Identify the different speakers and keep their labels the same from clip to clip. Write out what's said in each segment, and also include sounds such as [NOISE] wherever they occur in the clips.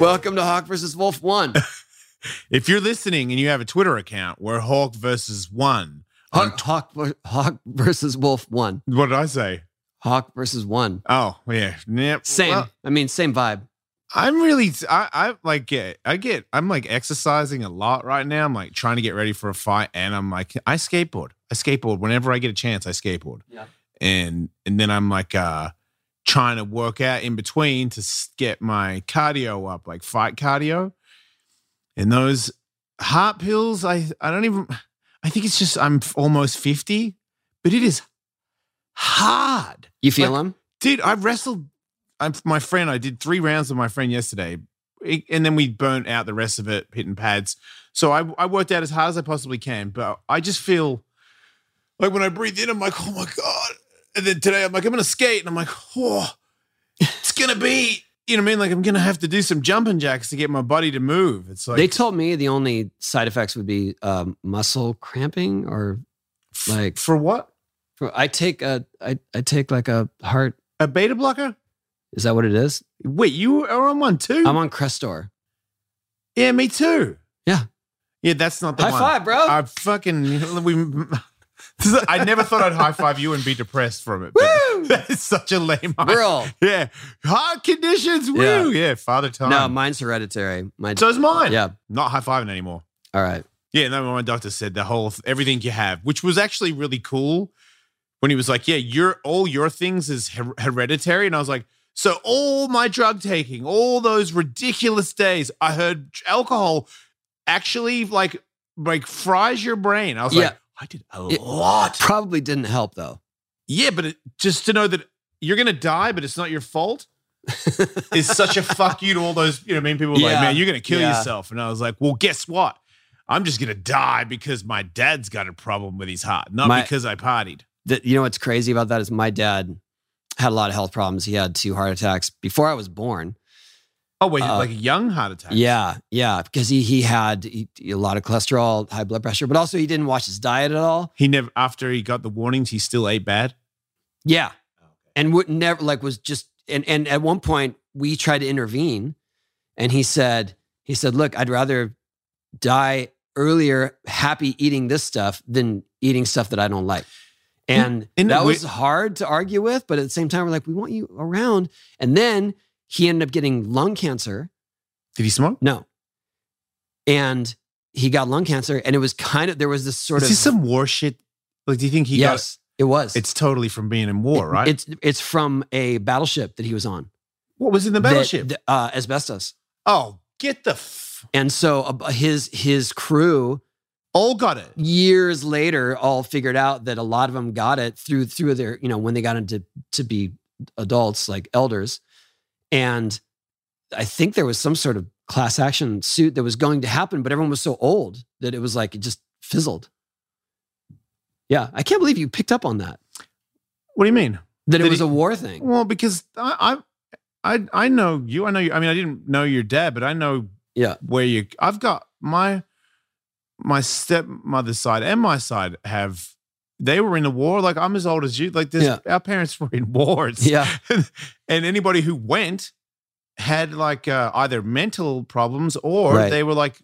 Speaker 1: Welcome to Hawk versus Wolf
Speaker 2: [LAUGHS]
Speaker 1: One.
Speaker 2: If you're listening and you have a Twitter account, we're Hawk versus One. on
Speaker 1: Hawk, Hawk, ver- Hawk versus Wolf One.
Speaker 2: What did I say?
Speaker 1: Hawk versus One.
Speaker 2: Oh yeah, yep.
Speaker 1: Same.
Speaker 2: Well,
Speaker 1: I mean, same vibe.
Speaker 2: I'm really, I, I like get, I get, I'm like exercising a lot right now. I'm like trying to get ready for a fight, and I'm like, I skateboard, I skateboard whenever I get a chance. I skateboard,
Speaker 1: Yeah.
Speaker 2: and and then I'm like, uh, trying to work out in between to s- get my cardio up, like fight cardio, and those heart pills. I, I don't even, I think it's just I'm f- almost fifty, but it is hard
Speaker 1: You feel him?
Speaker 2: dude i wrestled i'm my friend i did three rounds with my friend yesterday It- and then we burnt out the rest of it hitting pads so I, I worked out as hard as i possibly can but i just feel like when i breathe in i'm like oh my god and then today i'm like i'm gonna skate and i'm like oh it's gonna be you know what i mean like i'm gonna have to do some jumping jacks to get my body to move it's like
Speaker 1: they told me the only side effects would be um, muscle cramping or like
Speaker 2: for what
Speaker 1: I take a I, I take like a heart.
Speaker 2: a beta blocker
Speaker 1: Is that what it is?
Speaker 2: wait you are on one too
Speaker 1: I'm on Crestor.
Speaker 2: yeah me too
Speaker 1: Yeah.
Speaker 2: yeah that's not the
Speaker 1: High
Speaker 2: one
Speaker 1: five, bro.
Speaker 2: I fucking we. [LAUGHS] I never thought I'd high five you and be depressed from it.
Speaker 1: Woo!
Speaker 2: [LAUGHS] That is such a lame. high- [LAUGHS]
Speaker 1: Girl.
Speaker 2: Yeah, hard conditions. Woo! Yeah, father time.
Speaker 1: No, mine's hereditary. My
Speaker 2: so is mine.
Speaker 1: yeah.
Speaker 2: not high fiving anymore.
Speaker 1: All right.
Speaker 2: Yeah, no, my doctor said the whole everything you have, which was actually really cool. When he was like, "Yeah, your all your things is her- hereditary," and I was like, "So all my drug taking, all those ridiculous days, I heard alcohol actually like like fries your brain." I was
Speaker 1: Yeah.
Speaker 2: like, "I did a
Speaker 1: It-
Speaker 2: lot."
Speaker 1: Probably didn't help though.
Speaker 2: Yeah, but it, just to know that you're gonna die, but it's not
Speaker 1: [LAUGHS]
Speaker 2: your fault, is such a fuck you to all those. You know, what I mean, people are like,
Speaker 1: Yeah.
Speaker 2: man, you're gonna kill
Speaker 1: Yeah.
Speaker 2: yourself, and I was like, well, guess what? I'm just gonna die because my dad's got a problem with his heart, not
Speaker 1: My-
Speaker 2: because I partied.
Speaker 1: that you know what's crazy about that is my dad had a lot of health problems. He had two heart attacks before I was born.
Speaker 2: Oh wait,
Speaker 1: Uh,
Speaker 2: like a young heart attack.
Speaker 1: Yeah, yeah, because he he had he- a lot of cholesterol, high blood pressure, but also he didn't watch his diet at all.
Speaker 2: he never after he got the warnings, he still ate bad.
Speaker 1: Yeah, and would never like was just and and at one point we tried to intervene, and he said he said, look, I'd rather die earlier happy eating this stuff than eating stuff that I don't like. And
Speaker 2: in a
Speaker 1: that
Speaker 2: way-
Speaker 1: was hard to argue with, but at the same time, we're like, we want you around. And then he ended up getting lung cancer.
Speaker 2: Did he smoke?
Speaker 1: No. And he got lung cancer, and it was kind of there was this sort
Speaker 2: Is
Speaker 1: of
Speaker 2: this some war shit? Like, do you think he got?
Speaker 1: yes, it was.
Speaker 2: It's totally from being in war, right?
Speaker 1: It's it's from a battleship that he was on.
Speaker 2: what was in the
Speaker 1: that-
Speaker 2: battleship?
Speaker 1: th- uh, asbestos,
Speaker 2: oh, get the. F-
Speaker 1: and so uh, his his crew
Speaker 2: all got it.
Speaker 1: years later all figured out that a lot of them got it through through their you know when they got into to be adults like elders and i think there was some sort of class action suit that was going to happen but everyone was so old that it was like it just fizzled yeah i can't believe you picked up on that
Speaker 2: What do you mean?
Speaker 1: that it
Speaker 2: Did
Speaker 1: was
Speaker 2: he-
Speaker 1: a war thing
Speaker 2: Well, because I, I, I, I know you. I know you. I mean, I didn't know your dad, but I know
Speaker 1: Yeah.
Speaker 2: where you. I've got my my stepmother's side and my side have. They were in the war. Like I'm as old as you. Like this,
Speaker 1: Yeah.
Speaker 2: our parents [LAUGHS] were in wars.
Speaker 1: yeah
Speaker 2: and anybody who went had like uh, either mental problems or
Speaker 1: Right.
Speaker 2: they were like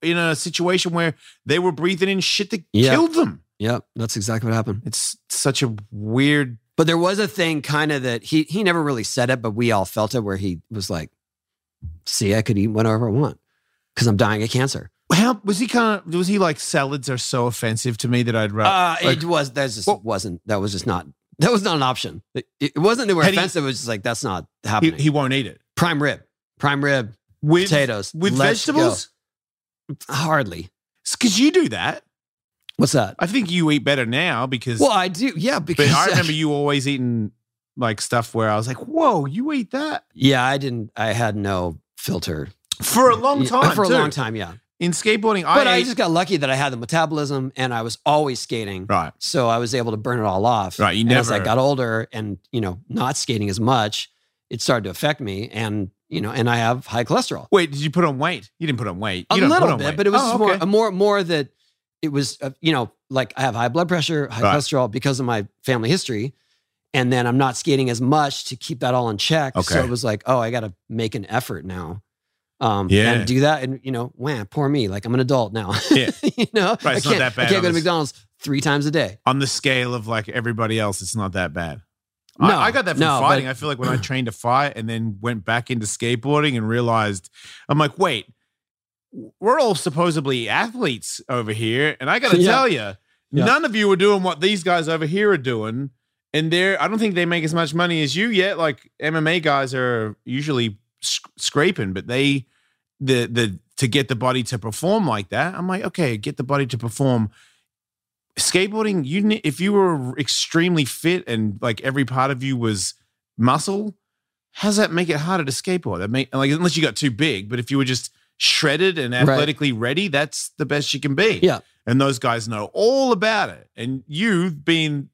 Speaker 2: in a situation where they were breathing in shit that
Speaker 1: Yeah.
Speaker 2: killed them.
Speaker 1: yeah that's exactly what happened
Speaker 2: It's such a weird.
Speaker 1: But there was a thing kind of that he he never really said it, but we all felt it where he was like, see, I could eat whatever I want because I'm dying of cancer.
Speaker 2: How was he kind of? Was he like salads are so offensive to me that I'd rather?
Speaker 1: Uh,
Speaker 2: like-
Speaker 1: it was that just
Speaker 2: Well-
Speaker 1: wasn't that was just not that was not an option. It, it wasn't that we're
Speaker 2: Had he-
Speaker 1: offensive, it was just like that's not
Speaker 2: he,
Speaker 1: happening.
Speaker 2: he won't eat it
Speaker 1: prime rib, prime rib,
Speaker 2: with
Speaker 1: potatoes.
Speaker 2: with
Speaker 1: let's go.
Speaker 2: vegetables.
Speaker 1: Hardly.
Speaker 2: Because you do that.
Speaker 1: What's that?
Speaker 2: I think you eat better now because.
Speaker 1: Well, I do. Yeah,
Speaker 2: but
Speaker 1: because [LAUGHS]
Speaker 2: I remember you always eating like stuff where I was like, "Whoa, you eat that
Speaker 1: Yeah, I didn't I had no filter.
Speaker 2: for a long time."
Speaker 1: For a
Speaker 2: too.
Speaker 1: long time, yeah.
Speaker 2: in skateboarding, I
Speaker 1: But I,
Speaker 2: ate-
Speaker 1: just got lucky that I had the metabolism and I was always skating.
Speaker 2: right.
Speaker 1: so I was able to burn it all off.
Speaker 2: Right, you
Speaker 1: And as I
Speaker 2: never-
Speaker 1: got older and you know not skating as much, it started to affect me, and you know, and I have high cholesterol.
Speaker 2: Wait, did you put on weight? You didn't put on weight.
Speaker 1: A
Speaker 2: You don't put
Speaker 1: little
Speaker 2: on
Speaker 1: bit,
Speaker 2: weight.
Speaker 1: but it was
Speaker 2: Oh,
Speaker 1: just more,
Speaker 2: okay.
Speaker 1: more, more that it was, uh, you know, like I have high blood pressure, high
Speaker 2: Right.
Speaker 1: cholesterol because of my family history, and then I'm not skating as much to keep that all in check. So
Speaker 2: Okay.
Speaker 1: it was like, oh, I got to make an effort now. Um,
Speaker 2: Yeah.
Speaker 1: And do that, and you know, wham, poor me. Like I'm an adult now.
Speaker 2: Yeah.
Speaker 1: [LAUGHS] you know,
Speaker 2: Right,
Speaker 1: I
Speaker 2: it's not
Speaker 1: can't,
Speaker 2: that
Speaker 1: I
Speaker 2: bad
Speaker 1: can't go to
Speaker 2: on this-
Speaker 1: McDonald's three times a day. [LAUGHS]
Speaker 2: [LAUGHS] on the scale of like everybody else, it's not that bad.
Speaker 1: No,
Speaker 2: I, I got that from
Speaker 1: no, but-
Speaker 2: fighting. I feel like when I trained to fight and then went back into skateboarding and realized, I'm like, wait, we're all supposedly athletes over here, and I got to
Speaker 1: Yeah.
Speaker 2: tell you,
Speaker 1: Yeah.
Speaker 2: none of you are doing what these guys over here are doing. And they're, I don't think they make as much money as you yet. Like MMA guys are usually sc- scraping, but they, the the to get the body to perform like that, I'm like, okay, get the body to perform skateboarding you ne- if you were extremely fit and like every part of you was muscle how's that make it harder to skateboard that make like unless you got too big but if you were just shredded and
Speaker 1: Right.
Speaker 2: athletically ready that's the best you can be
Speaker 1: Yeah.
Speaker 2: and those guys know all about it and you've been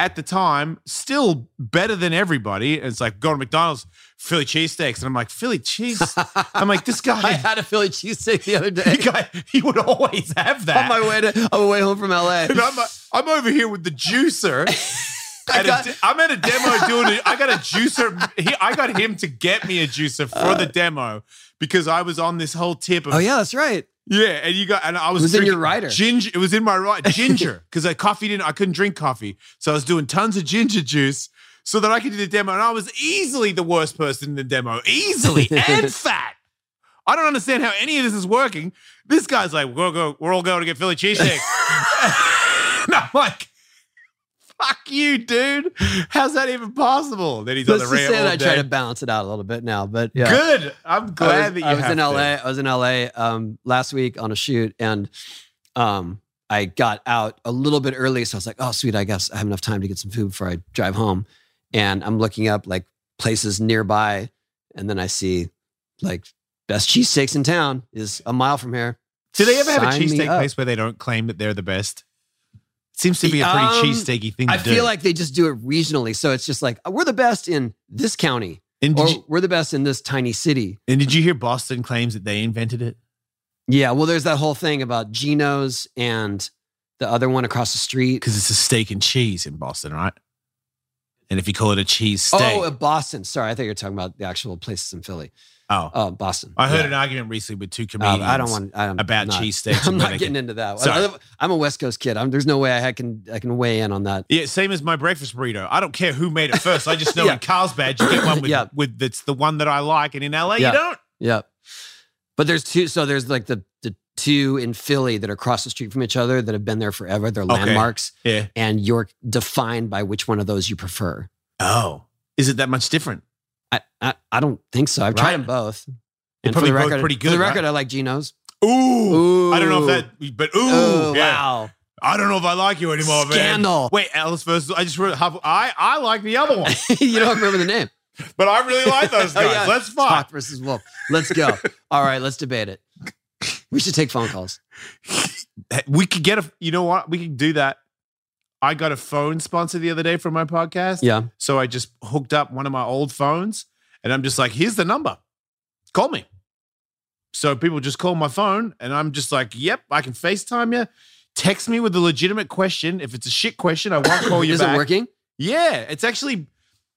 Speaker 2: at the time still better than everybody it's like going to mcdonald's philly cheesesteaks and i'm like
Speaker 1: [LAUGHS]
Speaker 2: philly cheese i'm like this
Speaker 1: I [LAUGHS]
Speaker 2: guy
Speaker 1: had a Philly cheesesteak the other
Speaker 2: he,
Speaker 1: day
Speaker 2: guy, [LAUGHS] he would always have that
Speaker 1: on my way to on my way home from
Speaker 2: [LAUGHS]
Speaker 1: LA.
Speaker 2: and [LAUGHS] I'm, I'm over here with the juicer.
Speaker 1: I
Speaker 2: At a
Speaker 1: got-
Speaker 2: de- I'm at a demo doing it. I got a juicer. He, I got him to get me a juicer for the demo because I was on this whole tip of
Speaker 1: oh yeah, that's right.
Speaker 2: yeah, and you got and I was,
Speaker 1: was in your
Speaker 2: drinking
Speaker 1: rider.
Speaker 2: Ginger, it was in my
Speaker 1: [LAUGHS]
Speaker 2: right ginger because I coffee didn't. I couldn't drink coffee, so I was doing tons of ginger juice so that I could do the demo. And I was easily the worst person in the demo,
Speaker 1: [LAUGHS]
Speaker 2: easily and fat. I don't understand how any of this is working. This guy's like, we're all go, we're all going to get Philly
Speaker 1: [LAUGHS]
Speaker 2: cheesesteaks. [LAUGHS] and I'm like, fuck you, dude. How's that even possible? Then he's
Speaker 1: Let's
Speaker 2: on
Speaker 1: just
Speaker 2: the rant
Speaker 1: say
Speaker 2: all
Speaker 1: that I try
Speaker 2: day.
Speaker 1: to balance it out a little bit now, but yeah.
Speaker 2: Good. I'm glad
Speaker 1: I was,
Speaker 2: that you
Speaker 1: I was
Speaker 2: have
Speaker 1: in
Speaker 2: to.
Speaker 1: LA. I was in LA um, last week on a shoot, and um, I got out a little bit early, so I was like, "Oh, sweet, I guess I have enough time to get some food before I drive home." And I'm looking up like places nearby, and then I see like best cheesesteaks in town is a mile from here.
Speaker 2: Do they ever have a
Speaker 1: Sign me
Speaker 2: cheesesteak
Speaker 1: up.
Speaker 2: place where they don't claim that they're the best? Seems to be a pretty
Speaker 1: Um,
Speaker 2: cheesesteaky thing to
Speaker 1: I
Speaker 2: do.
Speaker 1: feel like they just do it regionally, so it's just like we're the best in this county,
Speaker 2: and
Speaker 1: or
Speaker 2: did, you,
Speaker 1: we're the best in this tiny city.
Speaker 2: and did you hear Boston claims that they invented it?
Speaker 1: Yeah, well, there's that whole thing about Geno's and the other one across the street.
Speaker 2: Because it's a steak and cheese in Boston, right? And if you call it a cheese steak,
Speaker 1: Oh, uh,
Speaker 2: oh,
Speaker 1: Boston. Sorry, I thought you were talking about the actual places in Philly. Oh, Boston.
Speaker 2: I heard
Speaker 1: Yeah.
Speaker 2: an argument recently with two
Speaker 1: Um,
Speaker 2: comedians.
Speaker 1: I don't want. I'm
Speaker 2: about
Speaker 1: [LAUGHS] not,
Speaker 2: cheesesteaks
Speaker 1: I'm
Speaker 2: and
Speaker 1: not
Speaker 2: bacon.
Speaker 1: getting into that.
Speaker 2: Sorry.
Speaker 1: I live, I'm a West Coast kid. I'm, there's no way I can I can weigh in on that.
Speaker 2: Yeah, same as my breakfast burrito. I don't care who made it first. I just know
Speaker 1: Yeah.
Speaker 2: in Carlsbad you get one with,
Speaker 1: Yeah.
Speaker 2: with that's the one that I like, and in LA
Speaker 1: Yeah.
Speaker 2: you don't.
Speaker 1: Yeah, but there's two. So there's like the the two in Philly that are across the street from each other that have been there forever. They're landmarks,
Speaker 2: Yeah.
Speaker 1: and you're defined by which one of those you prefer.
Speaker 2: Oh, is it that much different?
Speaker 1: I I, I don't think so. I've tried
Speaker 2: Right.
Speaker 1: them both.
Speaker 2: They're
Speaker 1: for
Speaker 2: probably
Speaker 1: the
Speaker 2: both
Speaker 1: record,
Speaker 2: pretty
Speaker 1: For the
Speaker 2: good, right?
Speaker 1: record, I like Geno's.
Speaker 2: Ooh,
Speaker 1: Ooh,
Speaker 2: I don't know if that, but ooh,
Speaker 1: Ooh,
Speaker 2: yeah.
Speaker 1: wow!
Speaker 2: I don't know if I like you anymore, man.
Speaker 1: Scandal.
Speaker 2: Wait, Alice versus I just wrote half, I I like the other one,
Speaker 1: [LAUGHS] you don't remember the name.
Speaker 2: but I really like those
Speaker 1: [LAUGHS] Oh,
Speaker 2: guys.
Speaker 1: yeah.
Speaker 2: Let's
Speaker 1: Hawk
Speaker 2: fuck.
Speaker 1: versus Wolf. Let's
Speaker 2: [LAUGHS]
Speaker 1: go. All right, let's debate it. We should take phone calls.
Speaker 2: We could get a you know what? We could do that. I got a phone sponsor the other day for my podcast.
Speaker 1: Yeah.
Speaker 2: So I just hooked up one of my old phones and I'm just like, here's the number. Call me. So people just call my phone and I'm just like, yep, I can FaceTime you. Text me with a legitimate question. If it's a shit question, I
Speaker 1: [COUGHS]
Speaker 2: won't call you
Speaker 1: Is
Speaker 2: back.
Speaker 1: it working?
Speaker 2: Yeah, it's actually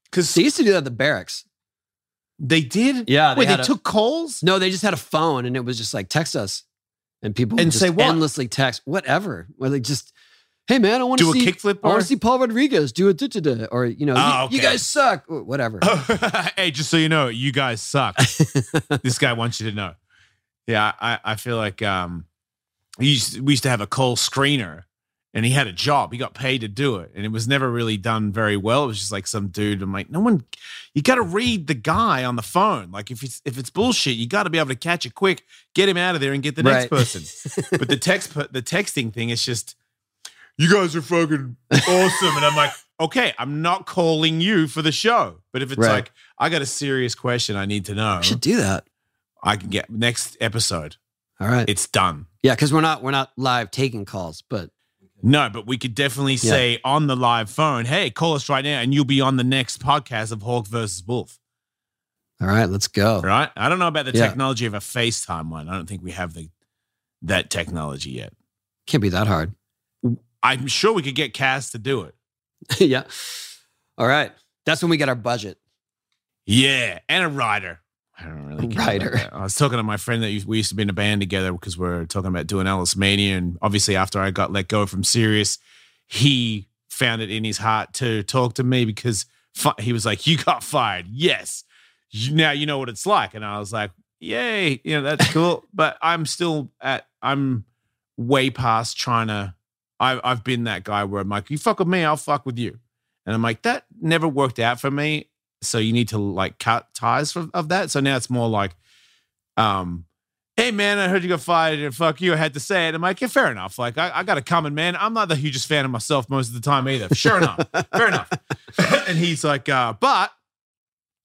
Speaker 2: because
Speaker 1: They used to do that at the barracks.
Speaker 2: they did.
Speaker 1: Yeah.
Speaker 2: Wait, they
Speaker 1: had a-
Speaker 2: took calls?
Speaker 1: no, they just had a phone and it was just like text us. And people
Speaker 2: And
Speaker 1: would just
Speaker 2: say what?
Speaker 1: endlessly text, whatever. Where they just, hey man, I want
Speaker 2: Do
Speaker 1: to
Speaker 2: a
Speaker 1: see
Speaker 2: kickflip
Speaker 1: I
Speaker 2: or
Speaker 1: want to see Paul Rodriguez do a da da da or you know, you-
Speaker 2: Oh,
Speaker 1: you,
Speaker 2: okay. Oh.
Speaker 1: guys suck. or Whatever.
Speaker 2: [LAUGHS] hey, just so you know, you
Speaker 1: [LAUGHS]
Speaker 2: guys suck. this guy wants you to know. Yeah, I, I feel like um, he used, we used to have a call screener, and he had a job. He got paid to do it, and it was never really done very well. It was just like some dude. I'm like, no one. You got to read the guy on the phone. Like if it's if it's bullshit, you got to be able to catch it quick, get him out of there, and get the next
Speaker 1: Right.
Speaker 2: person.
Speaker 1: [LAUGHS]
Speaker 2: but the text per- the texting thing is just you guys are fucking awesome and i'm like okay i'm not calling you for the show but if it's
Speaker 1: Right.
Speaker 2: like i got a serious question i need to know
Speaker 1: We should do that.
Speaker 2: i can get next episode
Speaker 1: All right.
Speaker 2: it's done
Speaker 1: yeah, because we're not we're not live taking calls, but
Speaker 2: no but we could definitely say on the live phone hey call us right now and you'll be on the next podcast of hawk versus wolf
Speaker 1: all right, let's go.
Speaker 2: right i don't know about the
Speaker 1: Yeah.
Speaker 2: technology of a facetime one i don't think we have the that technology yet
Speaker 1: Can't be that hard. [LAUGHS]
Speaker 2: i'm sure we could get cass to do it
Speaker 1: yeah. All right. That's when we get our budget.
Speaker 2: yeah and a writer I don't really care
Speaker 1: Writer.
Speaker 2: about that. I was talking to my friend that we used to be in a band together because we are talking about doing Alice Mania, and obviously after I got let go from Sirius, he found it in his heart to talk to me because fi- he was like, "You got fired, yes. You, now you know what it's like." And I was like, "Yay, you know that's cool." but I'm still at I'm way past trying to. I, I've been that guy where I'm like, "You fuck with me, I'll fuck with you," and I'm like, that never worked out for me, so you need to like cut ties from, of that. So now it's more like, um, hey man, I heard you got fired and fuck you. I had to say it. I'm like, yeah, fair enough. Like I, I got it coming, man. I'm not the hugest fan of myself most of the time either. Sure enough, fair enough. [LAUGHS] and he's like, uh, but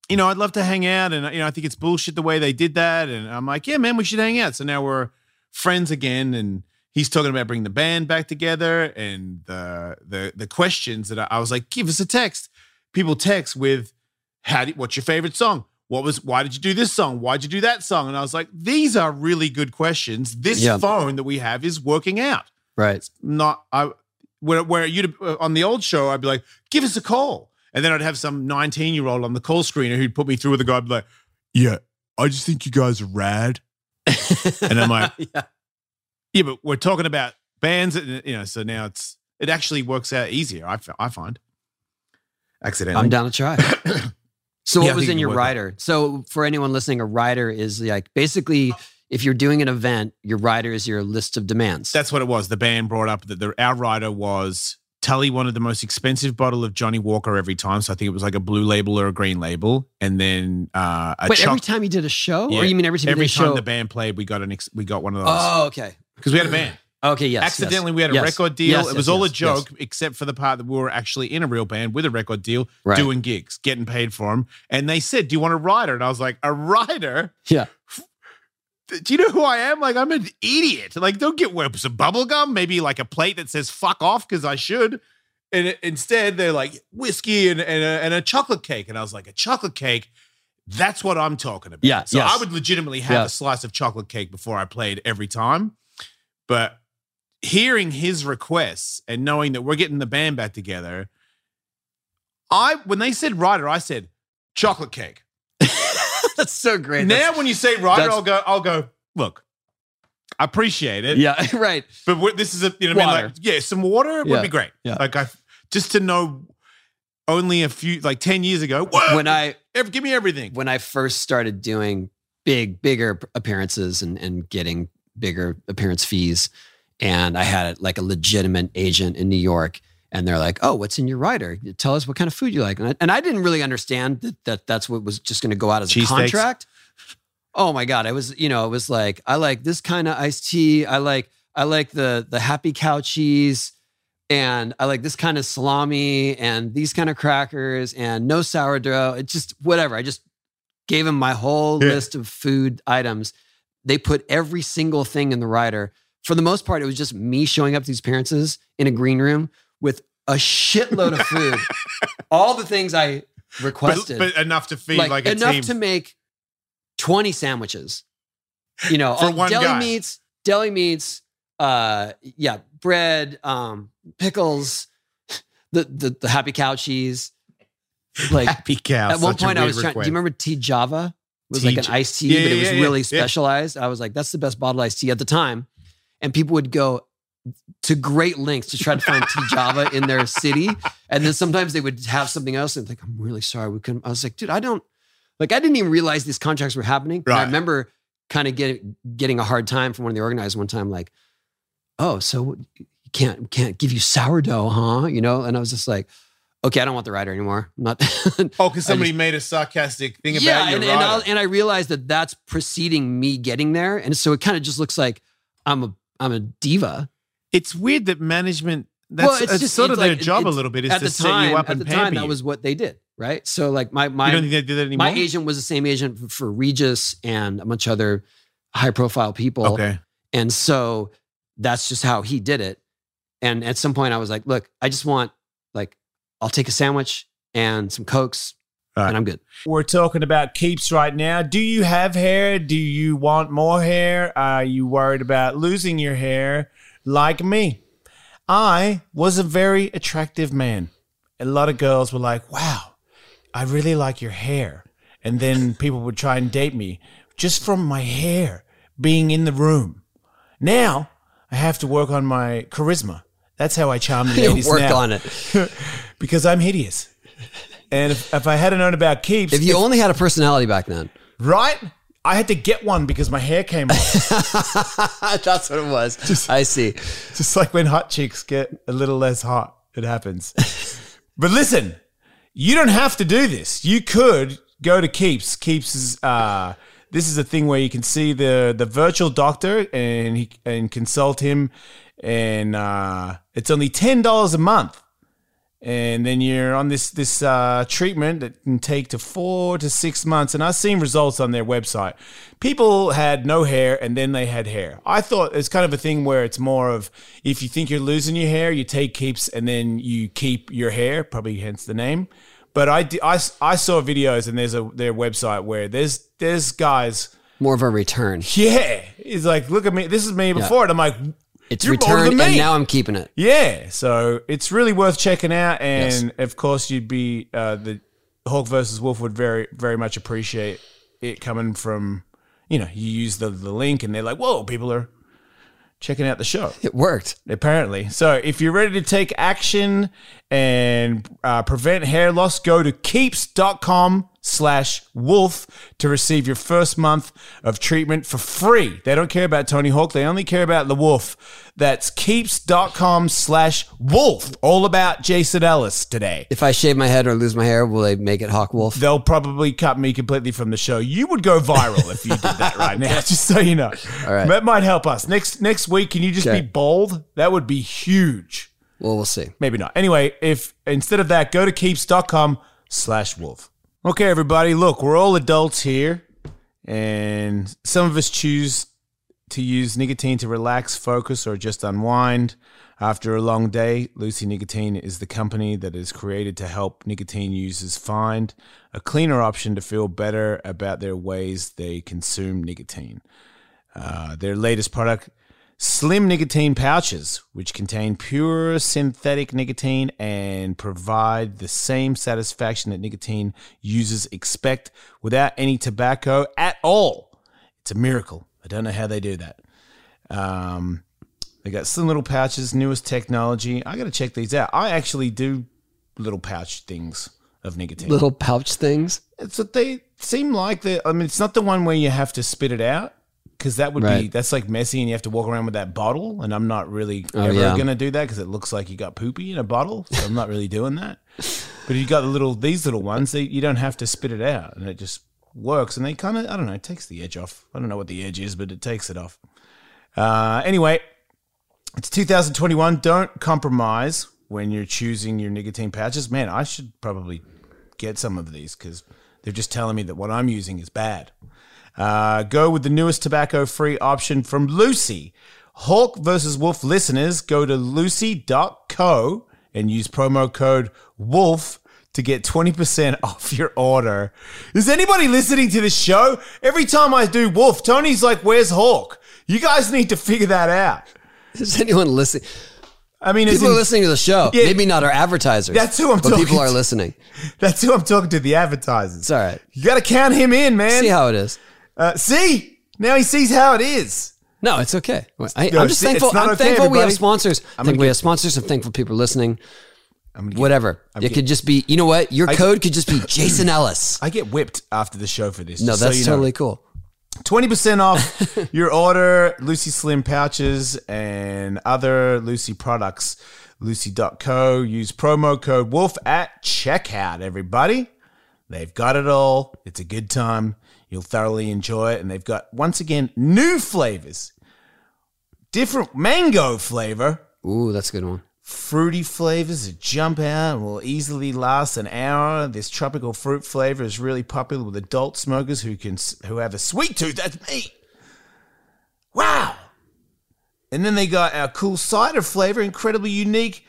Speaker 2: you know, I'd love to hang out, and you know, I think it's bullshit the way they did that. And I'm like, yeah, man, we should hang out. So now we're friends again, and he's talking about bringing the band back together, and the the the questions that I, I was like, give us a text. People text with, how do, what's your favorite song? What was why did you do this song? Why'd you do that song? And I was like, these are really good questions. This
Speaker 1: Yeah.
Speaker 2: phone that we have is working out
Speaker 1: [LAUGHS] Right.
Speaker 2: not I where where you on the old show I'd be like give us a call and then I'd have some 19 year old on the call screener who'd put me through with a guy I'd be like yeah I just think you guys are rad and I'm like
Speaker 1: [LAUGHS] Yeah.
Speaker 2: yeah but we're talking about bands and you know so now it's it actually works out easier I, fi- I find accidentally
Speaker 1: I'm down to try. so
Speaker 2: Yeah, I
Speaker 1: what was
Speaker 2: think
Speaker 1: in
Speaker 2: it
Speaker 1: your
Speaker 2: would.
Speaker 1: rider? So for anyone listening, a rider is like basically if you're doing an event, your rider is your list of demands.
Speaker 2: [COUGHS] That's what it was. The band brought up that the, our rider was Tully wanted the most expensive bottle of Johnny Walker every time. So I think it was like a blue label or a green label, and then uh, a
Speaker 1: Wait,
Speaker 2: choc-
Speaker 1: every time you did a show, or
Speaker 2: Yeah.
Speaker 1: you mean every time you
Speaker 2: every
Speaker 1: did a
Speaker 2: time
Speaker 1: show?
Speaker 2: the band played, we got an ex- we got one of those
Speaker 1: oh, okay,
Speaker 2: because we had a band.
Speaker 1: okay, yes. yes.
Speaker 2: Accidentally, we had a
Speaker 1: Yes.
Speaker 2: record deal.
Speaker 1: Yes,
Speaker 2: it
Speaker 1: yes,
Speaker 2: was all
Speaker 1: yes,
Speaker 2: a joke, except for the part that we were actually in a real band with a record deal,
Speaker 1: right.
Speaker 2: doing gigs, getting paid for them. And they said, "Do you want a rider?" And I was like, "A rider?
Speaker 1: Yeah.
Speaker 2: Do you know who I am? Like, I'm an idiot. Like, don't get well, some bubble gum, maybe like a plate that says "fuck off" because I should. And it- instead, they're like whiskey and and a, and a chocolate cake. And I was like, a chocolate cake. That's what I'm talking about.
Speaker 1: Yeah,
Speaker 2: So
Speaker 1: yes.
Speaker 2: I would legitimately have
Speaker 1: Yeah.
Speaker 2: a slice of chocolate cake before I played every time. But hearing his requests and knowing that we're getting the band back together, I when they said rider, I said chocolate cake.
Speaker 1: [LAUGHS] that's so great. That's-
Speaker 2: now when you say rider,
Speaker 1: that's-
Speaker 2: I'll go. I'll go. Look, I appreciate it.
Speaker 1: yeah, [LAUGHS] right.
Speaker 2: But what, this is a you know what I mean,
Speaker 1: Water.
Speaker 2: like yeah, some water
Speaker 1: Yeah.
Speaker 2: would be great.
Speaker 1: Yeah.
Speaker 2: Like I just to know only a few like 10 years ago, "Whoa,
Speaker 1: When I
Speaker 2: ev- give me everything.
Speaker 1: when I first started doing big, bigger appearances and, and getting bigger appearance fees, and I had like a legitimate agent in New York, and they're like, "Oh, what's in your rider? Tell us what kind of food you like." And I, and I didn't really understand that, that that's what was just going to go out as
Speaker 2: Cheese
Speaker 1: a
Speaker 2: steaks.
Speaker 1: contract. Oh my god, I was you know it was like I like this kind of iced tea. I like I like the the happy cow cheese. And I like this kind of salami and these kind of crackers and no sourdough. It's just whatever. I just gave him my whole
Speaker 2: Yeah.
Speaker 1: list of food items. They put every single thing in the rider. For the most part, it was just me showing up to these appearances in a green room with a shitload of
Speaker 2: [LAUGHS]
Speaker 1: food, all the things I
Speaker 2: But,
Speaker 1: requested,
Speaker 2: but enough to feed like, a
Speaker 1: enough
Speaker 2: team.
Speaker 1: to make twenty sandwiches. You know,
Speaker 2: [LAUGHS] For
Speaker 1: uh,
Speaker 2: one
Speaker 1: deli
Speaker 2: guy.
Speaker 1: meats, deli meats, uh, yeah, bread, um, pickles, [LAUGHS] the, the the happy cow cheese, like
Speaker 2: Happy cow.
Speaker 1: at one
Speaker 2: such a
Speaker 1: point, I
Speaker 2: weird
Speaker 1: was trying. Do
Speaker 2: request.
Speaker 1: you remember Tea Java? It was
Speaker 2: Tea
Speaker 1: like an
Speaker 2: Ja-
Speaker 1: iced tea,
Speaker 2: Yeah,
Speaker 1: but it
Speaker 2: yeah,
Speaker 1: was
Speaker 2: yeah,
Speaker 1: really
Speaker 2: yeah.
Speaker 1: specialized. I was like, that's the best bottled iced tea at the time. And people would go to great lengths to try to find
Speaker 2: [LAUGHS]
Speaker 1: Tea Java in their city. And then sometimes they would have something else and like, I'm really sorry. We couldn't. I was like, dude, I don't like I didn't even realize these contracts were happening. And I
Speaker 2: Right.
Speaker 1: remember kind of getting getting a hard time from one of the organizers one time, like, oh, so you can't we can't give you sourdough, huh? You know? And I was just like, okay, I don't want the rider anymore. I'm not [LAUGHS]
Speaker 2: Oh, because somebody made a sarcastic thing about your
Speaker 1: and,
Speaker 2: rider.
Speaker 1: and, I'll- and I realized that that's preceding me getting there, and so it kind of just looks like I'm a I'm a diva.
Speaker 2: it's weird that management. That's,
Speaker 1: Well, it's
Speaker 2: that's
Speaker 1: just-
Speaker 2: sort
Speaker 1: it's
Speaker 2: of their
Speaker 1: like-
Speaker 2: job a
Speaker 1: it's-
Speaker 2: little bit is
Speaker 1: at
Speaker 2: to
Speaker 1: the
Speaker 2: set
Speaker 1: time,
Speaker 2: you up
Speaker 1: at
Speaker 2: and
Speaker 1: the
Speaker 2: pamper
Speaker 1: time, that
Speaker 2: you.
Speaker 1: was what they did, right? So like my my
Speaker 2: you don't think they do that anymore?
Speaker 1: my agent was the same agent f- for Regis and a bunch of other high profile people,
Speaker 2: okay.
Speaker 1: and so that's just how he did it. And at some point, I was like, look, I just want like I'll take a sandwich and some cokes,
Speaker 2: Right.
Speaker 1: and I'm good.
Speaker 2: We're talking about keeps right now. Do you have hair? Do you want more hair? Are you worried about losing your hair like me? I was a very attractive man. A lot of girls were like, wow, I really like your hair. and then people would try and date me just from my hair being in the room. Now I have to work on my charisma. That's how I charm the ladies
Speaker 1: [LAUGHS] work
Speaker 2: now,
Speaker 1: on it.
Speaker 2: because I'm hideous. And if, if I had known about keeps,
Speaker 1: If you only had a personality back then,
Speaker 2: right? I had to get one because my hair came off.
Speaker 1: [LAUGHS] that's what it was. I see.
Speaker 2: just like when hot chicks get a little less hot, it happens. but listen, you don't have to do this. You could go to Keeps. Keeps is uh, this is a thing where you can see the the virtual doctor and he, and consult him, and uh, it's only ten dollars a month. And then you're on this this uh, treatment that can take to four to six months, and I've seen results on their website. People had no hair, and then they had hair. I thought it's kind of a thing where it's more of if you think you're losing your hair, you take keeps, and then you keep your hair, probably hence the name. But I, di- I, s- I saw videos, and there's a their website where there's there's guys,
Speaker 1: More of a return.
Speaker 2: yeah, he's like, look at me, this is me before, and I'm like,
Speaker 1: It's
Speaker 2: You're bolder
Speaker 1: return,
Speaker 2: than
Speaker 1: and
Speaker 2: me.
Speaker 1: now I'm keeping it.
Speaker 2: yeah, so it's really worth checking out, and
Speaker 1: Yes.
Speaker 2: of course you'd be uh, the Hawk versus Wolf would very very much appreciate it coming from you know you use the the link, and they're like, whoa, people are checking out the show
Speaker 1: It worked.
Speaker 2: apparently. So if you're ready to take action and uh, prevent hair loss, go to keeps.com slash wolf to receive your first month of treatment for free. They don't care about Tony Hawk. They only care about the wolf. That's keeps.com slash wolf. All about Jason Ellis today.
Speaker 1: If I shave my head or lose my hair, will they make it Hawk Wolf?
Speaker 2: They'll probably cut me completely from the show. You would go viral if you did
Speaker 1: [LAUGHS]
Speaker 2: that right now, just so you know.
Speaker 1: All right.
Speaker 2: That might help us. Next next week, can you just
Speaker 1: Okay.
Speaker 2: be bold? That would be huge.
Speaker 1: Well, we'll see.
Speaker 2: maybe not. Anyway, if instead of that, go to keeps.com slash wolf. Okay, everybody, look, we're all adults here, and some of us choose to use nicotine to relax, focus, or just unwind. After a long day, Lucy Nicotine is the company that is created to help nicotine users find a cleaner option to feel better about their ways they consume nicotine. Uh, their latest product, slim nicotine pouches, which contain pure synthetic nicotine and provide the same satisfaction that nicotine users expect without any tobacco at all. It's a miracle. I don't know how they do that. Um, they got slim little pouches, newest technology. I got to check these out. I actually do little pouch things
Speaker 1: [LAUGHS]
Speaker 2: of nicotine.
Speaker 1: Little pouch things.
Speaker 2: It's what they seem like. The I mean, it's not the one where you have to spit it out because that would be
Speaker 1: Right.
Speaker 2: that's like messy, and you have to walk around with that bottle. And I'm not really ever
Speaker 1: yeah.
Speaker 2: gonna do that because it looks like you got poopy in a bottle. So I'm not really doing that. But you got the little these little ones that you don't have to spit it out, and it just works. And they kind of I don't know, it takes the edge off. I don't know what the edge is, but it takes it off. Uh, anyway, it's 2021. Don't compromise when you're choosing your nicotine pouches. Man, I should probably get some of these because they're just telling me that what I'm using is bad. Uh, go with the newest tobacco free option from Lucy. Hawk versus Wolf listeners, go to lucy.co and use promo code WOLF to get 20% [LAUGHS] off your order. Is anybody listening to this show? Every time I do Wolf, Tony's like, Where's Hawk? You guys need to figure that out.
Speaker 1: Is anyone listening?
Speaker 2: I mean, as
Speaker 1: People are
Speaker 2: in,
Speaker 1: listening to the show. Maybe not our advertisers.
Speaker 2: That's who I'm
Speaker 1: but
Speaker 2: talking
Speaker 1: people are
Speaker 2: to.
Speaker 1: listening.
Speaker 2: that's who I'm talking to the advertisers.
Speaker 1: It's all right.
Speaker 2: You got to count him in, man.
Speaker 1: See how it is.
Speaker 2: uh, see? Now he sees how it is.
Speaker 1: No, it's okay. I,
Speaker 2: No,
Speaker 1: I'm just
Speaker 2: see, it's
Speaker 1: thankful.
Speaker 2: not
Speaker 1: I'm
Speaker 2: okay,
Speaker 1: thankful we have
Speaker 2: everybody.
Speaker 1: sponsors. I think we have sponsors. I'm thankful people are listening. Whatever. it could just be. You know what? Your code could just be Jason Ellis.
Speaker 2: I get whipped after the show for this.
Speaker 1: No,
Speaker 2: just so
Speaker 1: that's
Speaker 2: you know.
Speaker 1: totally cool.
Speaker 2: 20% off your order, Lucy Slim pouches and other Lucy products. Lucy.co. Use promo code WOLF at checkout, everybody. They've got it all. It's a good time. You'll thoroughly enjoy it. And they've got, once again, new flavors, different mango flavor.
Speaker 1: Ooh, that's a good one.
Speaker 2: Fruity flavors that jump out and will easily last an hour. This tropical fruit flavor is really popular with adult smokers who can who have a sweet tooth. That's me. Wow. And then they got our cool cider flavor, incredibly unique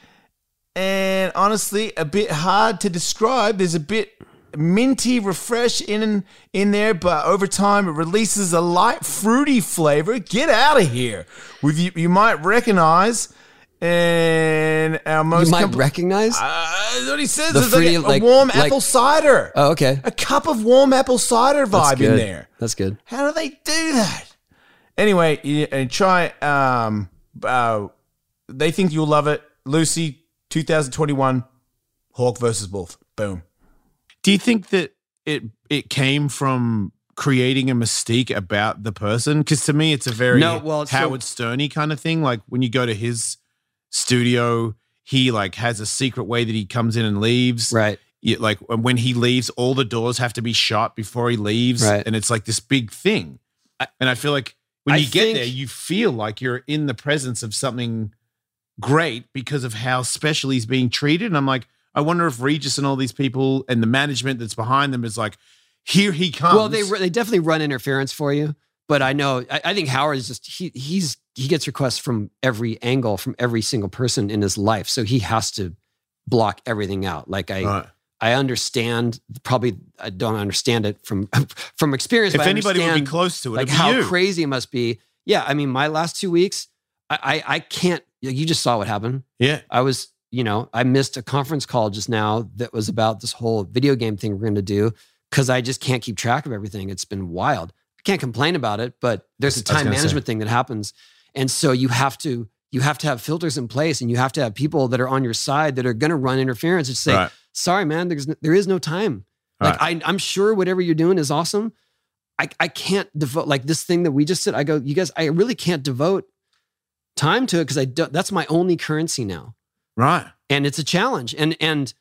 Speaker 2: and honestly a bit hard to describe. There's a bit minty refresh in in there, but over time it releases a light fruity flavor. Get out of here. With you, you might recognize
Speaker 3: And our most
Speaker 1: you might
Speaker 3: compl-
Speaker 1: recognize.
Speaker 3: Uh, that's what he says
Speaker 1: The
Speaker 3: is like
Speaker 1: free,
Speaker 3: a, a
Speaker 1: like-
Speaker 3: warm
Speaker 1: like-
Speaker 3: apple cider,
Speaker 1: oh, okay.
Speaker 3: a cup of warm apple cider
Speaker 1: That's
Speaker 3: vibe
Speaker 1: good.
Speaker 3: in there.
Speaker 1: That's good.
Speaker 3: How do they do that? Anyway, yeah, and try. Um, uh, they think you'll love it. Lucy, 2021, Hawk versus Wolf. Boom.
Speaker 2: Do you think that it it came from creating a mystique about the person? Because to me, it's a very
Speaker 1: No, well, so-
Speaker 2: Howard Sterney kind of thing. Like when you go to his studio, he like has a secret way that he comes in and leaves.
Speaker 1: Right.
Speaker 2: You- like um, when he leaves, all the doors have to be shut before he leaves,
Speaker 1: Right.
Speaker 2: and it's like this big thing.
Speaker 1: I-
Speaker 2: and I feel like when
Speaker 1: I
Speaker 2: you get
Speaker 1: think-
Speaker 2: there, you feel like you're in the presence of something great because of how special he's being treated. And I'm like, I wonder if Regis and all these people and the management that's behind them is like, here he comes.
Speaker 1: Well, they they definitely run interference for you, but I know I, I think Howard is just he he's he gets requests from every angle from every single person in his life, so he has to block everything out. Like I
Speaker 2: Right.
Speaker 1: I understand probably I don't understand it from [LAUGHS] from experience.
Speaker 2: if
Speaker 1: but I
Speaker 2: anybody would be
Speaker 1: understand,
Speaker 2: close to it,
Speaker 1: like
Speaker 2: it'd be
Speaker 1: how
Speaker 2: you.
Speaker 1: crazy it must be. Yeah, I mean, my last two weeks, I I, I can't. You just saw what happened.
Speaker 2: yeah.
Speaker 1: I was, you know, I missed a conference call just now that was about this whole video game thing we're going to do because I just can't keep track of everything. It's been wild. I can't complain about it, but there's a
Speaker 2: I was
Speaker 1: time
Speaker 2: gonna
Speaker 1: management thing that happens, and so you have to you have to have filters in place, and you have to have people that are on your side that are going to run interference and say,
Speaker 2: Right.
Speaker 1: "Sorry, man, there's n- there is no time." Like I, I'm sure whatever you're doing is awesome. I, I can't devote like this thing that we just did. I go, you guys, I really can't devote time to it because I don't, that's my only currency now
Speaker 2: Right.
Speaker 1: and it's a challenge and and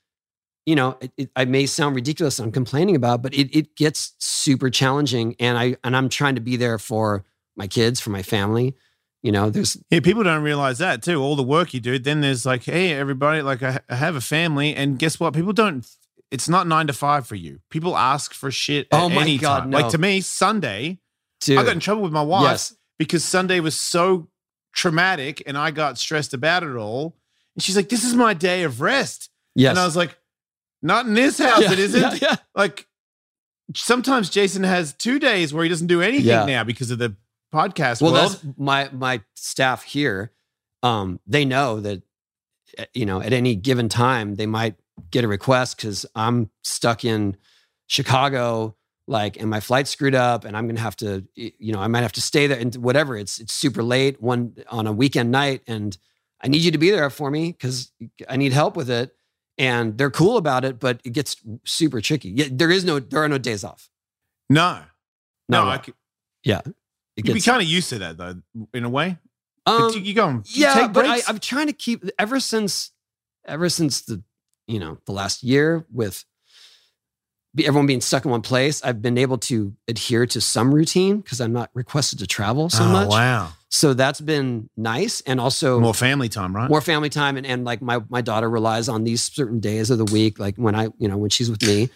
Speaker 1: you know it, it- i may sound ridiculous i'm complaining about but it, it gets super challenging and i and i'm trying to be there for my kids for my family you know there's
Speaker 2: Yeah, people don't realize that too. All the work you do, then there's like, hey, everybody, like I, I have a family, and guess what? People don't. It's not nine to five for you. People ask for shit. At
Speaker 1: Oh my
Speaker 2: any
Speaker 1: God,
Speaker 2: time.
Speaker 1: no.
Speaker 2: Like to me, Sunday,
Speaker 1: dude,
Speaker 2: I got in trouble with my wife
Speaker 1: yes
Speaker 2: because Sunday was so traumatic, and I got stressed about it all. And she's like, "This is my day of rest,"
Speaker 1: yes
Speaker 2: and I was like, "Not in this house,
Speaker 1: Yeah, [LAUGHS]
Speaker 2: it isn't."
Speaker 1: yeah, yeah.
Speaker 2: Like sometimes Jason has two days where he doesn't do anything
Speaker 1: Yeah.
Speaker 2: now because of the podcast
Speaker 1: well
Speaker 2: world.
Speaker 1: that's my my staff here um they know that uh, you know at any given time they might get a request because i'm stuck in chicago like and my flight screwed up and i'm gonna have to y- you know i might have to stay there and whatever it's it's super late one on a weekend night and i need you to be there for me because i need help with it and they're cool about it but it gets super tricky Yeah, there is no there are no days off
Speaker 2: no, no,
Speaker 1: no,
Speaker 2: I, c-
Speaker 1: it
Speaker 2: You'd be
Speaker 1: gets-
Speaker 2: kind of used to that though, in a way.
Speaker 1: um,
Speaker 2: But you, you go and you
Speaker 1: yeah,
Speaker 2: take
Speaker 1: but
Speaker 2: breaks.
Speaker 1: I, I'm trying to keep ever since ever since the you know the last year with be- everyone being stuck in one place. I've been able to adhere to some routine because I'm not requested to travel so
Speaker 2: Oh,
Speaker 1: much.
Speaker 2: Wow,
Speaker 1: So that's been nice, and also
Speaker 2: more family time, right?
Speaker 1: more family time and, and like my my daughter relies on these certain days of the week like when i you know when she's with me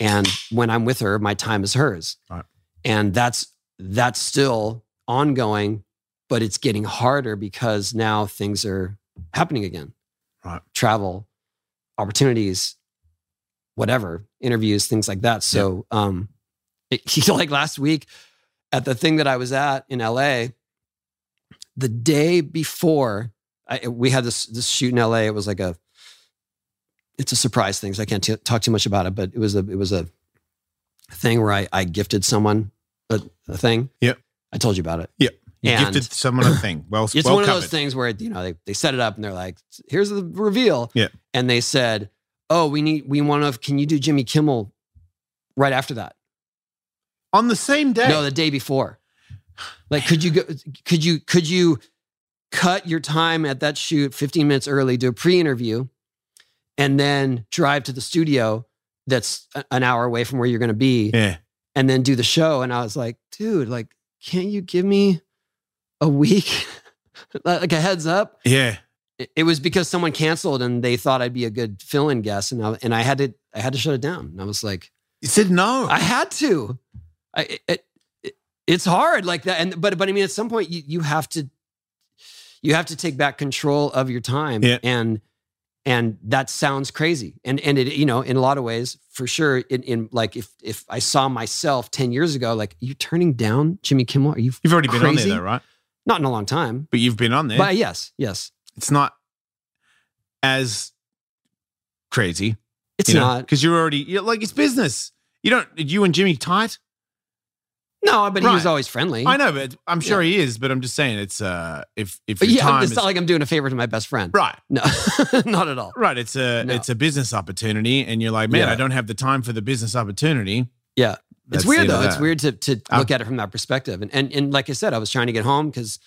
Speaker 1: and when i'm with her my time is hers
Speaker 2: Right.
Speaker 1: and that's that's still ongoing but it's getting harder because now things are happening again
Speaker 2: Right.
Speaker 1: travel opportunities whatever interviews things like that so um [LAUGHS] it, like last week at the thing that i was at in la the day before I, we had this this shoot in LA. It was like a it's a surprise thing, so I can't t- talk too much about it. But it was a it was a thing where I I gifted someone a, a thing.
Speaker 2: Yep.
Speaker 1: I told you about it.
Speaker 2: you
Speaker 1: and-
Speaker 2: gifted someone a
Speaker 1: [CLEARS THROAT]
Speaker 2: thing. Well,
Speaker 1: It's
Speaker 2: well
Speaker 1: one
Speaker 2: covered.
Speaker 1: of those things where you know they they set it up and they're like, here's the reveal.
Speaker 2: Yeah.
Speaker 1: And they said, oh, we need we want to. Can you do Jimmy Kimmel right after that?
Speaker 2: on the same day.
Speaker 1: No, the day before. Like, could you go? Could you? Could you cut your time at that shoot 15 minutes early, do a pre-interview, and then drive to the studio that's a- an hour away from where you're going to be,
Speaker 2: yeah,
Speaker 1: and then do the show? And I was like, dude, like, can't you give me a week, [LAUGHS] like a heads up?
Speaker 2: yeah.
Speaker 1: It- It was because someone canceled and they thought I'd be a good fill-in guest, and I, and I had to I had to shut it down. And I was like.
Speaker 2: You said no.
Speaker 1: I had to. I it, it, it's hard like that, and but but I mean, at some point you you have to you have to take back control of your time,
Speaker 2: Yeah.
Speaker 1: and and that sounds crazy, and and it you know in a lot of ways for sure in in like if if I saw myself ten years ago, like you turning down Jimmy Kimmel, are you
Speaker 2: you've already been on
Speaker 1: Crazy.
Speaker 2: there though, right?
Speaker 1: not in a long time?
Speaker 2: But you've been on there.
Speaker 1: But yes, yes,
Speaker 2: it's not
Speaker 4: as crazy.
Speaker 1: It's not.
Speaker 4: because you're already you're, like it's business. You don't you and Jimmy tight.
Speaker 1: No, but he was
Speaker 4: Right.
Speaker 1: always friendly.
Speaker 4: I know, but I'm sure he is. But I'm just saying it's uh if if
Speaker 1: But
Speaker 4: your
Speaker 1: yeah,
Speaker 4: time
Speaker 1: it's
Speaker 4: is
Speaker 1: not like I'm doing a favor to my best friend.
Speaker 4: right.
Speaker 1: No, [LAUGHS] not at all.
Speaker 4: Right, it's a
Speaker 1: No.
Speaker 4: it's a business opportunity, and you're like, man,
Speaker 1: Yeah.
Speaker 4: I don't have the time for the business opportunity.
Speaker 1: Yeah.
Speaker 4: That's
Speaker 1: it's
Speaker 4: the
Speaker 1: weird
Speaker 4: end of
Speaker 1: though. It's
Speaker 4: that.
Speaker 1: weird to to
Speaker 4: Um,
Speaker 1: look at it from that perspective. And and and like I said, I was trying to get home because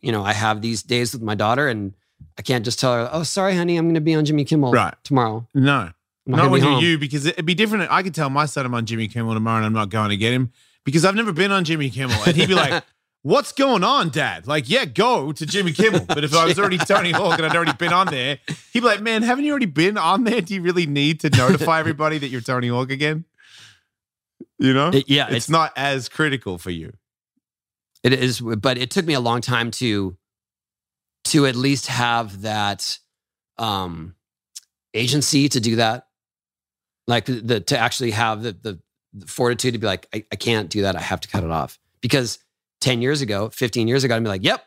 Speaker 1: you know I have these days with my daughter, and I can't just tell her, "Oh, sorry, honey, I'm going to be on Jimmy Kimmel
Speaker 4: Right.
Speaker 1: tomorrow."
Speaker 4: No,
Speaker 1: I'm
Speaker 4: not
Speaker 1: gonna
Speaker 4: when
Speaker 1: be
Speaker 4: you're
Speaker 1: home."
Speaker 4: you, because it'd be different. I could tell my son I'm on Jimmy Kimmel tomorrow, and I'm not going to get him because I've never been on Jimmy Kimmel, and he'd
Speaker 1: [LAUGHS]
Speaker 4: be like, "What's going on, Dad?" Like, yeah, go to Jimmy Kimmel. But if I
Speaker 1: [LAUGHS]
Speaker 4: was already Tony Hawk and I'd already been on there, he'd be like, "Man, haven't you already been on there? Do you really need
Speaker 1: [LAUGHS]
Speaker 4: to notify everybody that you're Tony Hawk again?" You know,
Speaker 1: It- yeah,
Speaker 4: it's,
Speaker 1: it's,
Speaker 4: not as critical for you.
Speaker 1: it is, but it took me a long time to to at least have that um agency to do that, like the to actually have the the, the fortitude to be like, I, I can't do that. I have to cut it off because ten years ago, fifteen years ago, I'd be like, "Yep,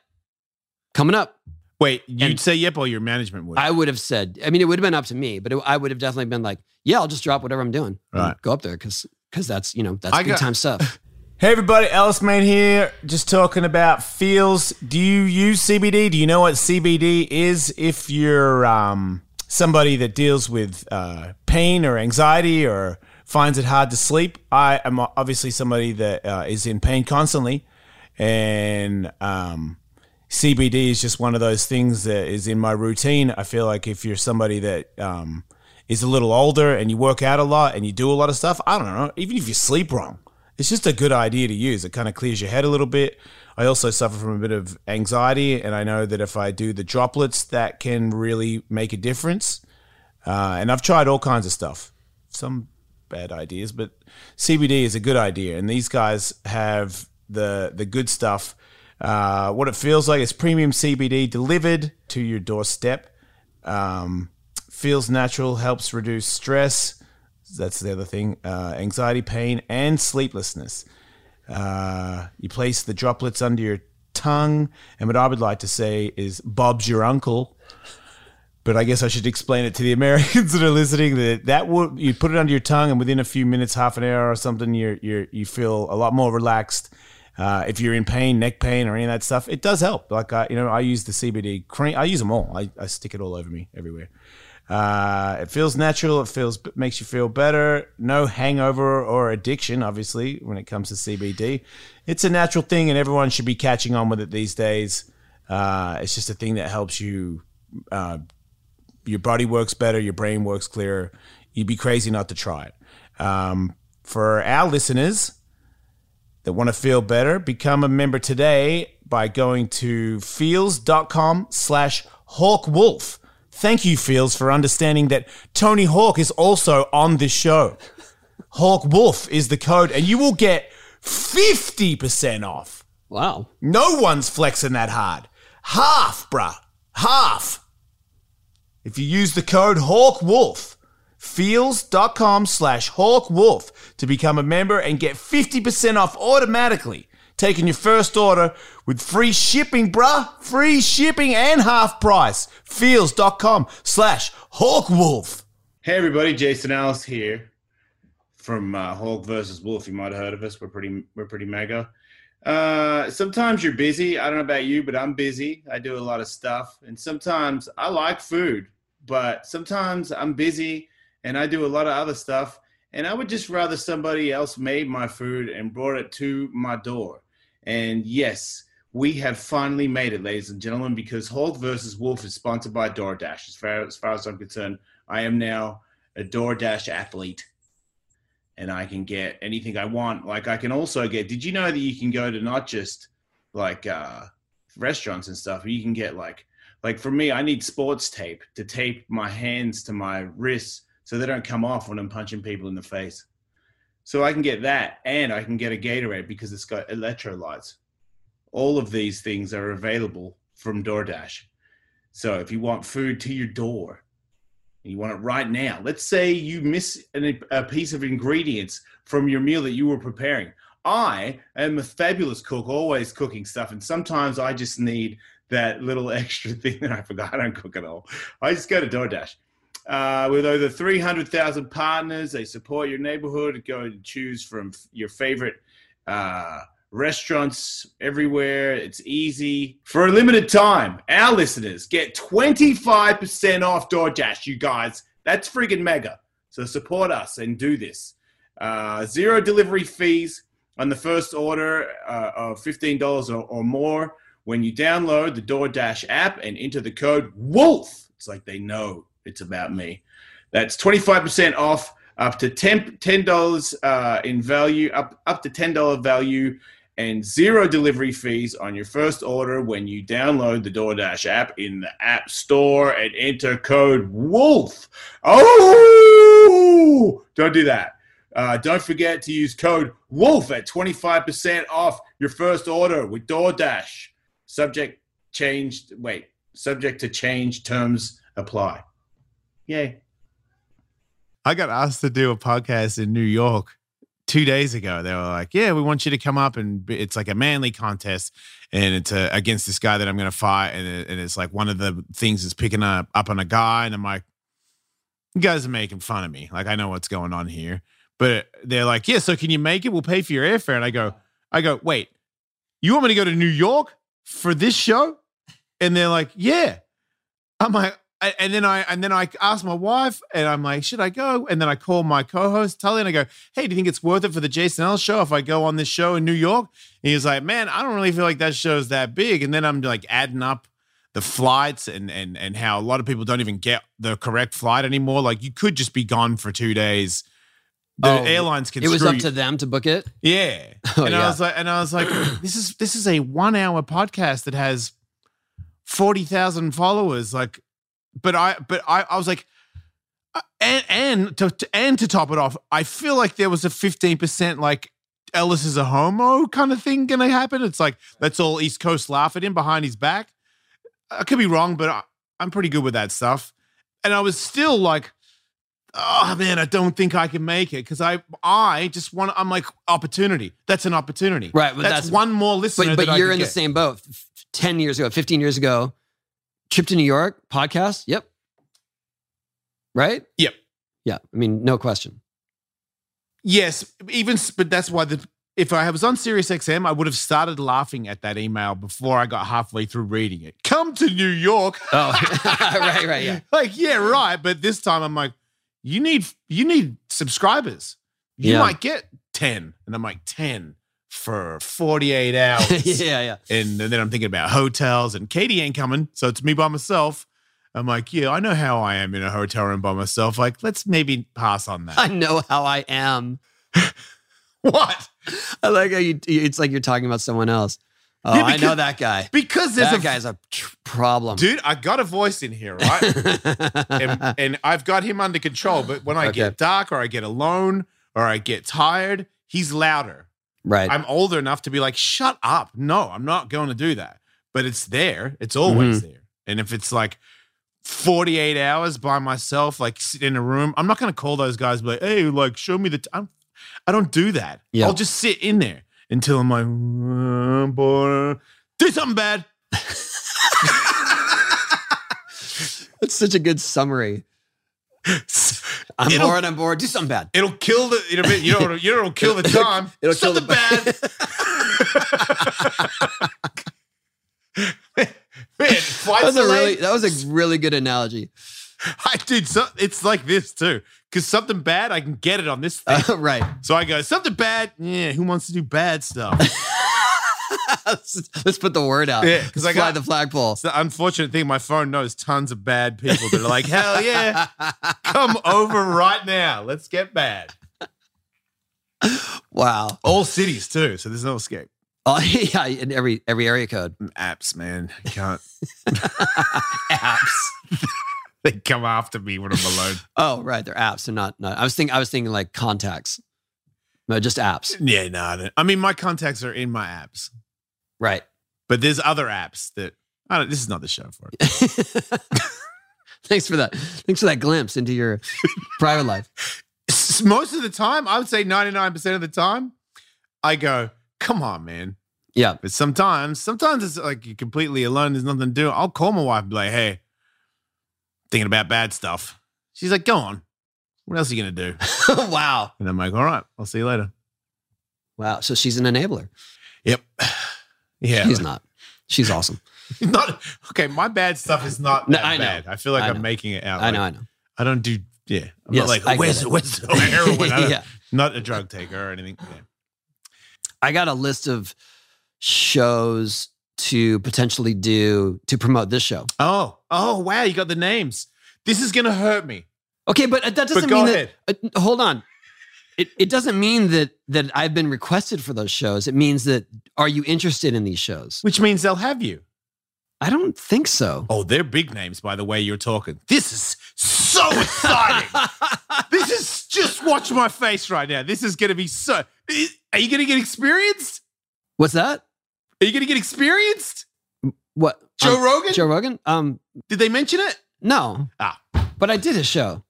Speaker 1: coming up."
Speaker 4: Wait, you'd
Speaker 1: And-
Speaker 4: say yep, or your management would.
Speaker 1: I would have said, I mean, it would have been up to me, but it, I would have definitely been like, yeah, I'll just drop whatever I'm doing. and
Speaker 4: Right.
Speaker 1: Go up there because because that's you know that's
Speaker 4: I
Speaker 1: big
Speaker 4: got-
Speaker 1: time
Speaker 4: [LAUGHS]
Speaker 1: stuff.
Speaker 2: Hey everybody, Alice Main here. Just talking about feels. Do you use CBD? Do you know what CBD is? If you're um, somebody that deals with uh, pain or anxiety or finds it hard to sleep, I am obviously somebody that uh, is in pain constantly, and um, CBD is just one of those things that is in my routine. I feel like if you're somebody that um, is a little older and you work out a lot and you do a lot of stuff, I don't know, even if you sleep wrong, it's just a good idea to use. It kind of clears your head a little bit. I also suffer from a bit of anxiety, and I know that if I do the droplets, that can really make a difference. Uh, and I've tried all kinds of stuff, some bad ideas, but CBD is a good idea. And these guys have the the good stuff. Uh, what it feels like is premium CBD delivered to your doorstep. Um, feels natural, helps reduce stress. That's the other thing: uh, anxiety, pain, and sleeplessness. Uh, you place the droplets under your tongue, and what I would like to say is, "Bob's your uncle." but I guess I should explain it to the [LAUGHS] Americans that are listening that that would you put it under your tongue and within a few minutes, half an hour or something, you you you feel a lot more relaxed. Uh, if you're in pain, neck pain, or any of that stuff, it does help. Like I, you know, I use the CBD cream. I use them all. I, I stick it all over me everywhere. Uh, it feels natural. It feels makes you feel better. No hangover or addiction, obviously, when it comes to CBD. It's a natural thing, and everyone should be catching on with it these days. Uh, it's just a thing that helps you uh, your body works better, your brain works clearer. You'd be crazy not to try it. Um, for our listeners that want to feel better, become a member today by going to feels.com slash hawkwolf. Thank you, Feels, for understanding that Tony Hawk is also on this show. Hawk Wolf is the code, and you will get 50% off.
Speaker 1: wow,
Speaker 2: No one's flexing that hard. Half, bruh. Half. If you use the code HawkWolf, feels.com slash HawkWolf to become a member and get 50% off automatically, taking your first order with free shipping, bruh. Free shipping and half price. Feels.com slash HawkWolf.
Speaker 5: Hey everybody, Jason Alice here from uh, Hulk versus Wolf. You might have heard of us. We're pretty we're pretty mega. Uh, sometimes you're busy. I don't know about you, but I'm busy. I do a lot of stuff, and sometimes I like food, but sometimes I'm busy and I do a lot of other stuff. And I would just rather somebody else made my food and brought it to my door. And yes, we have finally made it, ladies and gentlemen, because Hulk versus Wolf is sponsored by DoorDash. As far as, far as I'm concerned, I am now a DoorDash athlete and I can get anything I want. Like I can also get, did you know that you can go to not just like uh, restaurants and stuff, you can get like, like for me, I need sports tape to tape my hands to my wrists so they don't come off when I'm punching people in the face. So I can get that and I can get a Gatorade because it's got electrolytes. All of these things are available from DoorDash. So if you want food to your door, and you want it right now. Let's say you miss an, a piece of ingredients from your meal that you were preparing.
Speaker 2: I am a fabulous cook, always cooking stuff, and sometimes I just need that little [LAUGHS] extra thing that I forgot. I don't cook at all. I just go to DoorDash. Uh, with over 300,000 partners, they support your neighborhood. Go and choose from f- your favorite uh, restaurants everywhere. It's easy. For a limited time, our listeners get 25% off DoorDash, you guys. That's friggin' mega. So support us and do this. Uh, zero delivery fees on the first order uh, of $15 or, or more when you download the DoorDash app and enter the code WOLF. It's like they know it's about me. That's 25% off up to 10, $10 uh, in value, up, up to $10 value, and zero delivery fees on your first order when you download the DoorDash app in the App Store and enter code WOLF. Oh, don't do that. Uh, don't forget to use code WOLF at 25% off your first order with DoorDash. Subject changed, wait, subject to change terms apply. Yay.
Speaker 4: I got asked to do a podcast in New York two days ago. They were like, "Yeah, we want you to come up and be- it's like a manly contest, and it's uh against this guy that I'm going to fight, and, it- and it's like one of the things is picking up up on a guy, and I'm like, you guys are making fun of me. Like I know what's going on here, but they're like, "Yeah, so can you make it? We'll pay for your airfare." And I go, I go, wait, you want me to go to New York for this show? And they're like, yeah. I'm like, I- and then I and then I asked my wife, and I'm like, should I go? And then I call my co-host Tully, and I go, hey, do you think it's worth it for the Jason L show if I go on this show in New York? And he's like, man, I don't really feel like that show's that big. And then I'm like adding up the flights and and and how a lot of people don't even get the correct flight anymore. Like you could just be gone for two days. The
Speaker 1: Oh,
Speaker 4: airlines can
Speaker 1: It was
Speaker 4: screw
Speaker 1: up
Speaker 4: you.
Speaker 1: to them to book it. [LAUGHS]
Speaker 4: Yeah.
Speaker 1: Oh,
Speaker 4: and
Speaker 1: yeah.
Speaker 4: I was like, and I was like, [CLEARS THROAT] this is this is a one hour podcast that has forty thousand followers. Like, but I but I I was like, uh, and and to, to and to top it off, I feel like there was a fifteen percent like. Ellis is a homo kind of thing gonna happen. It's like that's all East Coast laugh at him behind his back. I could be wrong, but I, I'm pretty good with that stuff. And I was still like, oh man, I don't think I can make it because I I just want. I'm like opportunity. That's an opportunity.
Speaker 1: Right, but
Speaker 4: that's,
Speaker 1: that's-
Speaker 4: one more listener.
Speaker 1: But,
Speaker 4: that I
Speaker 1: but you're
Speaker 4: could
Speaker 1: in the
Speaker 4: get.
Speaker 1: same boat. F- 10 years ago, 15 years ago, trip to New York, podcast. Yep. Right?
Speaker 4: Yep.
Speaker 1: Yeah. I mean, no question.
Speaker 4: Yes, even s- but that's why the if I was on Sirius XM, I would have started laughing at that email before I got halfway through reading it. Come to New York.
Speaker 1: Oh, [LAUGHS] right, right. Yeah.
Speaker 4: [LAUGHS]
Speaker 1: [LAUGHS]
Speaker 4: Like, yeah, right. But this time I'm like, you need you need subscribers. You
Speaker 1: Yeah.
Speaker 4: might get 10. And I'm like, 10 for
Speaker 1: [LAUGHS]
Speaker 4: 48 hours.
Speaker 1: yeah, yeah.
Speaker 4: and, then I'm thinking about hotels and Katie ain't coming. So it's me by myself. I'm like, yeah, I know how I am in a hotel room by myself. Like, let's maybe pass on
Speaker 1: I [LAUGHS]
Speaker 4: that.
Speaker 1: know how I am.
Speaker 4: what?
Speaker 1: I like how you, it's like you're talking about someone else. Oh,
Speaker 4: Yeah,
Speaker 1: I know
Speaker 4: because-
Speaker 1: that guy.
Speaker 4: Because there's
Speaker 1: That
Speaker 4: a
Speaker 1: guy's a tr- problem.
Speaker 4: dude, I got a voice in here,
Speaker 1: [LAUGHS]
Speaker 4: right? and, and I've got him under control. But when I
Speaker 1: Okay.
Speaker 4: get dark or I get alone or I get tired, he's louder.
Speaker 1: right.
Speaker 4: I'm older enough to be like, shut up. No, I'm not going to do that. But it's there. It's
Speaker 1: Mm-hmm.
Speaker 4: always there. And if it's like 48 hours by myself, like sitting in a room, I'm not going to call those guys, and be like, hey, like, show me the time. I don't do that.
Speaker 1: Yeah.
Speaker 4: I'll just sit in there until I'm like, "Mm, boy, do something bad. [LAUGHS]
Speaker 1: That's such a good summary. I'm
Speaker 4: It'll-
Speaker 1: bored. I'm bored. Do something bad.
Speaker 4: It'll kill the, it'll be, you know, you know, it'll kill the time.
Speaker 1: It'll kill
Speaker 4: something
Speaker 1: the-
Speaker 4: bad.
Speaker 1: [LAUGHS]
Speaker 4: [LAUGHS] Man,
Speaker 1: That
Speaker 4: flights
Speaker 1: was a
Speaker 4: delay.
Speaker 1: really that was a really good analogy.
Speaker 4: [LAUGHS] I dude, so, it's like this too. Cause something bad, I can get it on this thing.
Speaker 1: Uh, [LAUGHS] right.
Speaker 4: so I go, something bad. Yeah, who wants to do bad stuff?
Speaker 1: let's, [LAUGHS] let's put the word out.
Speaker 4: [LAUGHS] Yeah, Uh, 'cause
Speaker 1: Let's
Speaker 4: I
Speaker 1: fly
Speaker 4: got-
Speaker 1: the flagpole. [LAUGHS]
Speaker 4: it's the unfortunate thing. My phone knows tons of bad people that are like, hell yeah, come over right now. Let's get bad.
Speaker 1: wow.
Speaker 4: All cities too. So there's no escape. Mm,
Speaker 1: Oh [LAUGHS] yeah, in every every area code [LAUGHS]
Speaker 4: Apps, man. You can't. [LAUGHS]
Speaker 1: apps.
Speaker 4: They come after me when I'm alone.
Speaker 1: oh right, they're apps and not not. I was thinking I was thinking like contacts. No, just apps.
Speaker 4: [LAUGHS] Yeah, no. I, don't- I mean, my contacts are in my apps,
Speaker 1: Right. [LAUGHS]
Speaker 4: but there's other apps that I don't. This is not the show for it.
Speaker 1: Thanks for that. Thanks for that glimpse into
Speaker 4: [LAUGHS]
Speaker 1: your private life.
Speaker 4: S- Most of the time, I would say 99% of the time, I go, come on, man.
Speaker 1: Yeah.
Speaker 4: [LAUGHS] But sometimes, sometimes it's like you're completely alone. There's nothing to do. I'll call my wife and be like, hey, thinking about bad stuff. She's like, go on. What else are you going to do?
Speaker 1: wow.
Speaker 4: And I'm like, all right, I'll see you later.
Speaker 1: Wow. So she's an enabler.
Speaker 4: Yep. [SIGHS] Yeah.
Speaker 1: She's not. She's awesome.
Speaker 4: [LAUGHS] not okay. My bad stuff is not
Speaker 1: No,
Speaker 4: that
Speaker 1: I know.
Speaker 4: bad. I feel like
Speaker 1: I
Speaker 4: I am
Speaker 1: know.
Speaker 4: making it out.
Speaker 1: I
Speaker 4: like, Oh,
Speaker 1: know. I know.
Speaker 4: I don't do. Yeah, I'm
Speaker 1: Yes,
Speaker 4: not
Speaker 1: I
Speaker 4: like
Speaker 1: get
Speaker 4: where's
Speaker 1: it.
Speaker 4: where's
Speaker 1: [LAUGHS]
Speaker 4: the [LAUGHS] heroin? I don't-
Speaker 1: yeah.
Speaker 4: Not a drug taker or anything. Yeah.
Speaker 1: I got a list of shows to potentially do to promote this show.
Speaker 4: Oh, oh wow, you got the names. This is gonna hurt me.
Speaker 1: Okay, but uh, that doesn't
Speaker 4: but go
Speaker 1: mean
Speaker 4: ahead.
Speaker 1: that. Uh, hold on. It, it doesn't mean that that I've been requested for those shows. It means that are you interested in these shows?
Speaker 4: Which means they'll have you.
Speaker 1: I don't think so. [LAUGHS]
Speaker 4: Oh, they're big names by the way you're talking. This is
Speaker 1: [LAUGHS]
Speaker 4: so exciting. this is just watch my face right now. This is gonna be so. i- Are you gonna get experienced?
Speaker 1: What's that?
Speaker 4: Are you gonna get experienced?
Speaker 1: What?
Speaker 4: Joe
Speaker 1: Um,
Speaker 4: Rogan?
Speaker 1: Joe Rogan? Um,
Speaker 4: Did they mention it?
Speaker 1: no.
Speaker 4: Ah.
Speaker 1: But I did a show.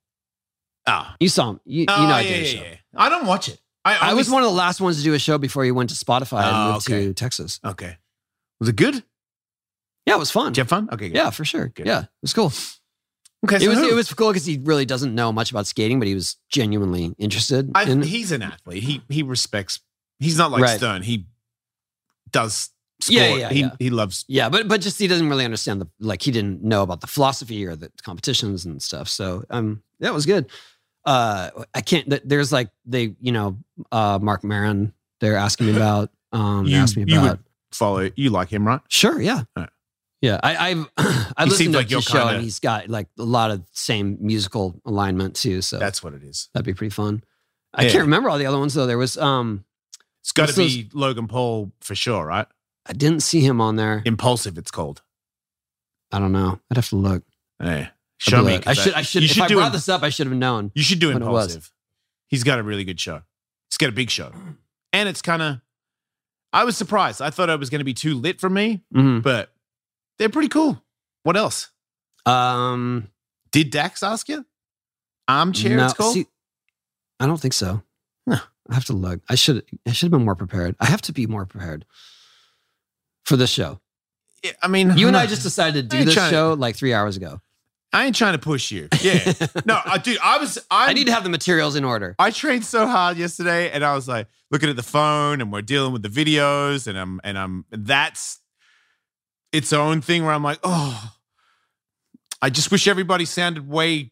Speaker 4: Ah,
Speaker 1: You saw him. You, you know
Speaker 4: Oh,
Speaker 1: I
Speaker 4: yeah,
Speaker 1: did a
Speaker 4: yeah,
Speaker 1: show.
Speaker 4: yeah. I don't watch it. I,
Speaker 1: I was
Speaker 4: always-
Speaker 1: one of the last ones to do a show before you went to Spotify and
Speaker 4: Oh,
Speaker 1: moved
Speaker 4: okay.
Speaker 1: to Texas.
Speaker 4: Okay. Was it good? Did
Speaker 1: Yeah, it was fun.
Speaker 4: you have fun? Okay. good.
Speaker 1: Yeah, for sure.
Speaker 4: Good.
Speaker 1: Yeah, it was cool.
Speaker 4: Okay.
Speaker 1: it was
Speaker 4: who?
Speaker 1: it was cool because he really doesn't know much about skating, but he was genuinely interested.
Speaker 4: I,
Speaker 1: in it.
Speaker 4: he's an athlete. He he respects. He's not like
Speaker 1: Right.
Speaker 4: Stern. He does sport.
Speaker 1: Yeah, yeah,
Speaker 4: he
Speaker 1: yeah.
Speaker 4: he loves.
Speaker 1: yeah, but but just he doesn't really understand the like he didn't know about the philosophy or the competitions and stuff. So um, that was good. Uh, I can't. th- There's like they you know uh Mark Maron. They're
Speaker 4: [LAUGHS]
Speaker 1: asking me about um they
Speaker 4: You-
Speaker 1: asked me
Speaker 4: you
Speaker 1: about
Speaker 4: would- Follow. You like him, right?
Speaker 1: sure yeah.
Speaker 4: Alright.
Speaker 1: Yeah, I, I've [CLEARS THROAT] I
Speaker 4: He
Speaker 1: listened
Speaker 4: seems
Speaker 1: to
Speaker 4: like
Speaker 1: his
Speaker 4: your
Speaker 1: show
Speaker 4: kinda-
Speaker 1: and he's got like a lot of same musical alignment too, so
Speaker 4: That's what it is.
Speaker 1: that'd be pretty fun. I
Speaker 4: Yeah.
Speaker 1: can't remember all the other ones though. There was um
Speaker 4: It's got to
Speaker 1: This
Speaker 4: be Logan Paul for sure, right?
Speaker 1: I didn't see him on there.
Speaker 4: Impulsive. It's called.
Speaker 1: I don't know. I'd have to look.
Speaker 4: Yeah.
Speaker 1: I'd
Speaker 4: Show
Speaker 1: be
Speaker 4: me.
Speaker 1: like, I
Speaker 4: 'cause
Speaker 1: should. I should.
Speaker 4: You
Speaker 1: if
Speaker 4: should
Speaker 1: I
Speaker 4: do.
Speaker 1: brought
Speaker 4: Im-
Speaker 1: this up, I should have known.
Speaker 4: you should do
Speaker 1: when it was.
Speaker 4: impulsive. He's got a really good show. It's got a big show, and it's kind of. I was surprised. I thought it was going to be too lit for me,
Speaker 1: Mhm.
Speaker 4: but they're pretty cool. What else?
Speaker 1: Um,
Speaker 4: Did Dax ask you? Armchair.
Speaker 1: no,
Speaker 4: it's called.
Speaker 1: see, I don't think so.
Speaker 4: Huh.
Speaker 1: I have to look. I should. I should have been more prepared. I have to be more prepared for this show.
Speaker 4: Yeah, I mean,
Speaker 1: You
Speaker 4: I'm
Speaker 1: and I
Speaker 4: not-
Speaker 1: just decided to do
Speaker 4: I ain't
Speaker 1: this
Speaker 4: trying to-
Speaker 1: show like three hours ago.
Speaker 4: I ain't trying to push you.
Speaker 1: [LAUGHS]
Speaker 4: Yeah. no, I dude, I was I,
Speaker 1: I need to have the materials in order.
Speaker 4: I trained so hard yesterday and I was like looking at the phone and we're dealing with the videos and I'm and I'm that's its own thing where I'm like, "Oh, I just wish everybody sounded way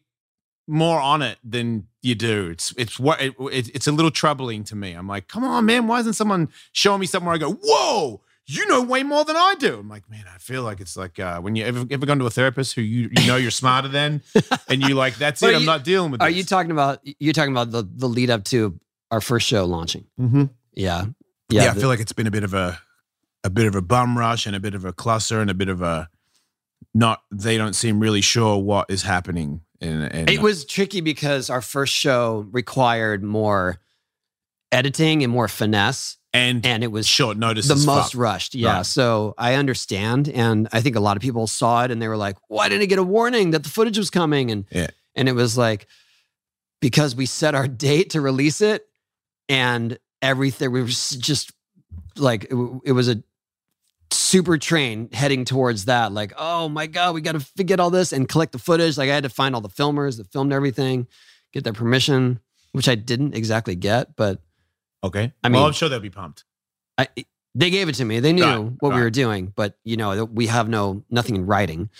Speaker 4: more on it than you do. It's it's what it, it- it's a little troubling to me. I'm like, "Come on, man, why isn't someone showing me something where I go, "Whoa!" You know way more than I do. I'm like, man, I feel like it's like uh, when you ever ever gone to a therapist who you you know you're smarter than, and you like
Speaker 1: [LAUGHS]
Speaker 4: that's
Speaker 1: But
Speaker 4: it.
Speaker 1: are
Speaker 4: I'm
Speaker 1: you-
Speaker 4: not dealing with.
Speaker 1: Are
Speaker 4: this.
Speaker 1: you talking about? You're talking about the the lead up to our first show launching.
Speaker 4: Mm-hmm.
Speaker 1: Yeah.
Speaker 4: Yeah,
Speaker 1: Yeah.
Speaker 4: I
Speaker 1: the-
Speaker 4: feel like it's been a bit of a a bit of a bum rush and a bit of a cluster and a bit of a not they don't seem really sure what is happening and, and
Speaker 1: It was tricky because our first show required more editing and more finesse,
Speaker 4: and,
Speaker 1: and it was
Speaker 4: short notice
Speaker 1: the
Speaker 4: as
Speaker 1: most
Speaker 4: fuck.
Speaker 1: rushed. Yeah,
Speaker 4: Right.
Speaker 1: so I understand, and I think a lot of people saw it and they were like, "Why didn't I get a warning that the footage was coming?" And
Speaker 4: Yeah.
Speaker 1: and it was like because we set our [LAUGHS] date to release it, and everything we were s- just like it, w- it was a super train heading towards that like oh my god we got to get all this and collect the footage like i had to find all the filmers that filmed everything get their permission which i didn't exactly get but
Speaker 4: okay.
Speaker 1: I
Speaker 4: well,
Speaker 1: mean-
Speaker 4: I'm sure they'll be pumped.
Speaker 1: I, they gave it to me. They knew
Speaker 4: Right,
Speaker 1: what
Speaker 4: right.
Speaker 1: we were doing, but you know, we have no nothing in writing,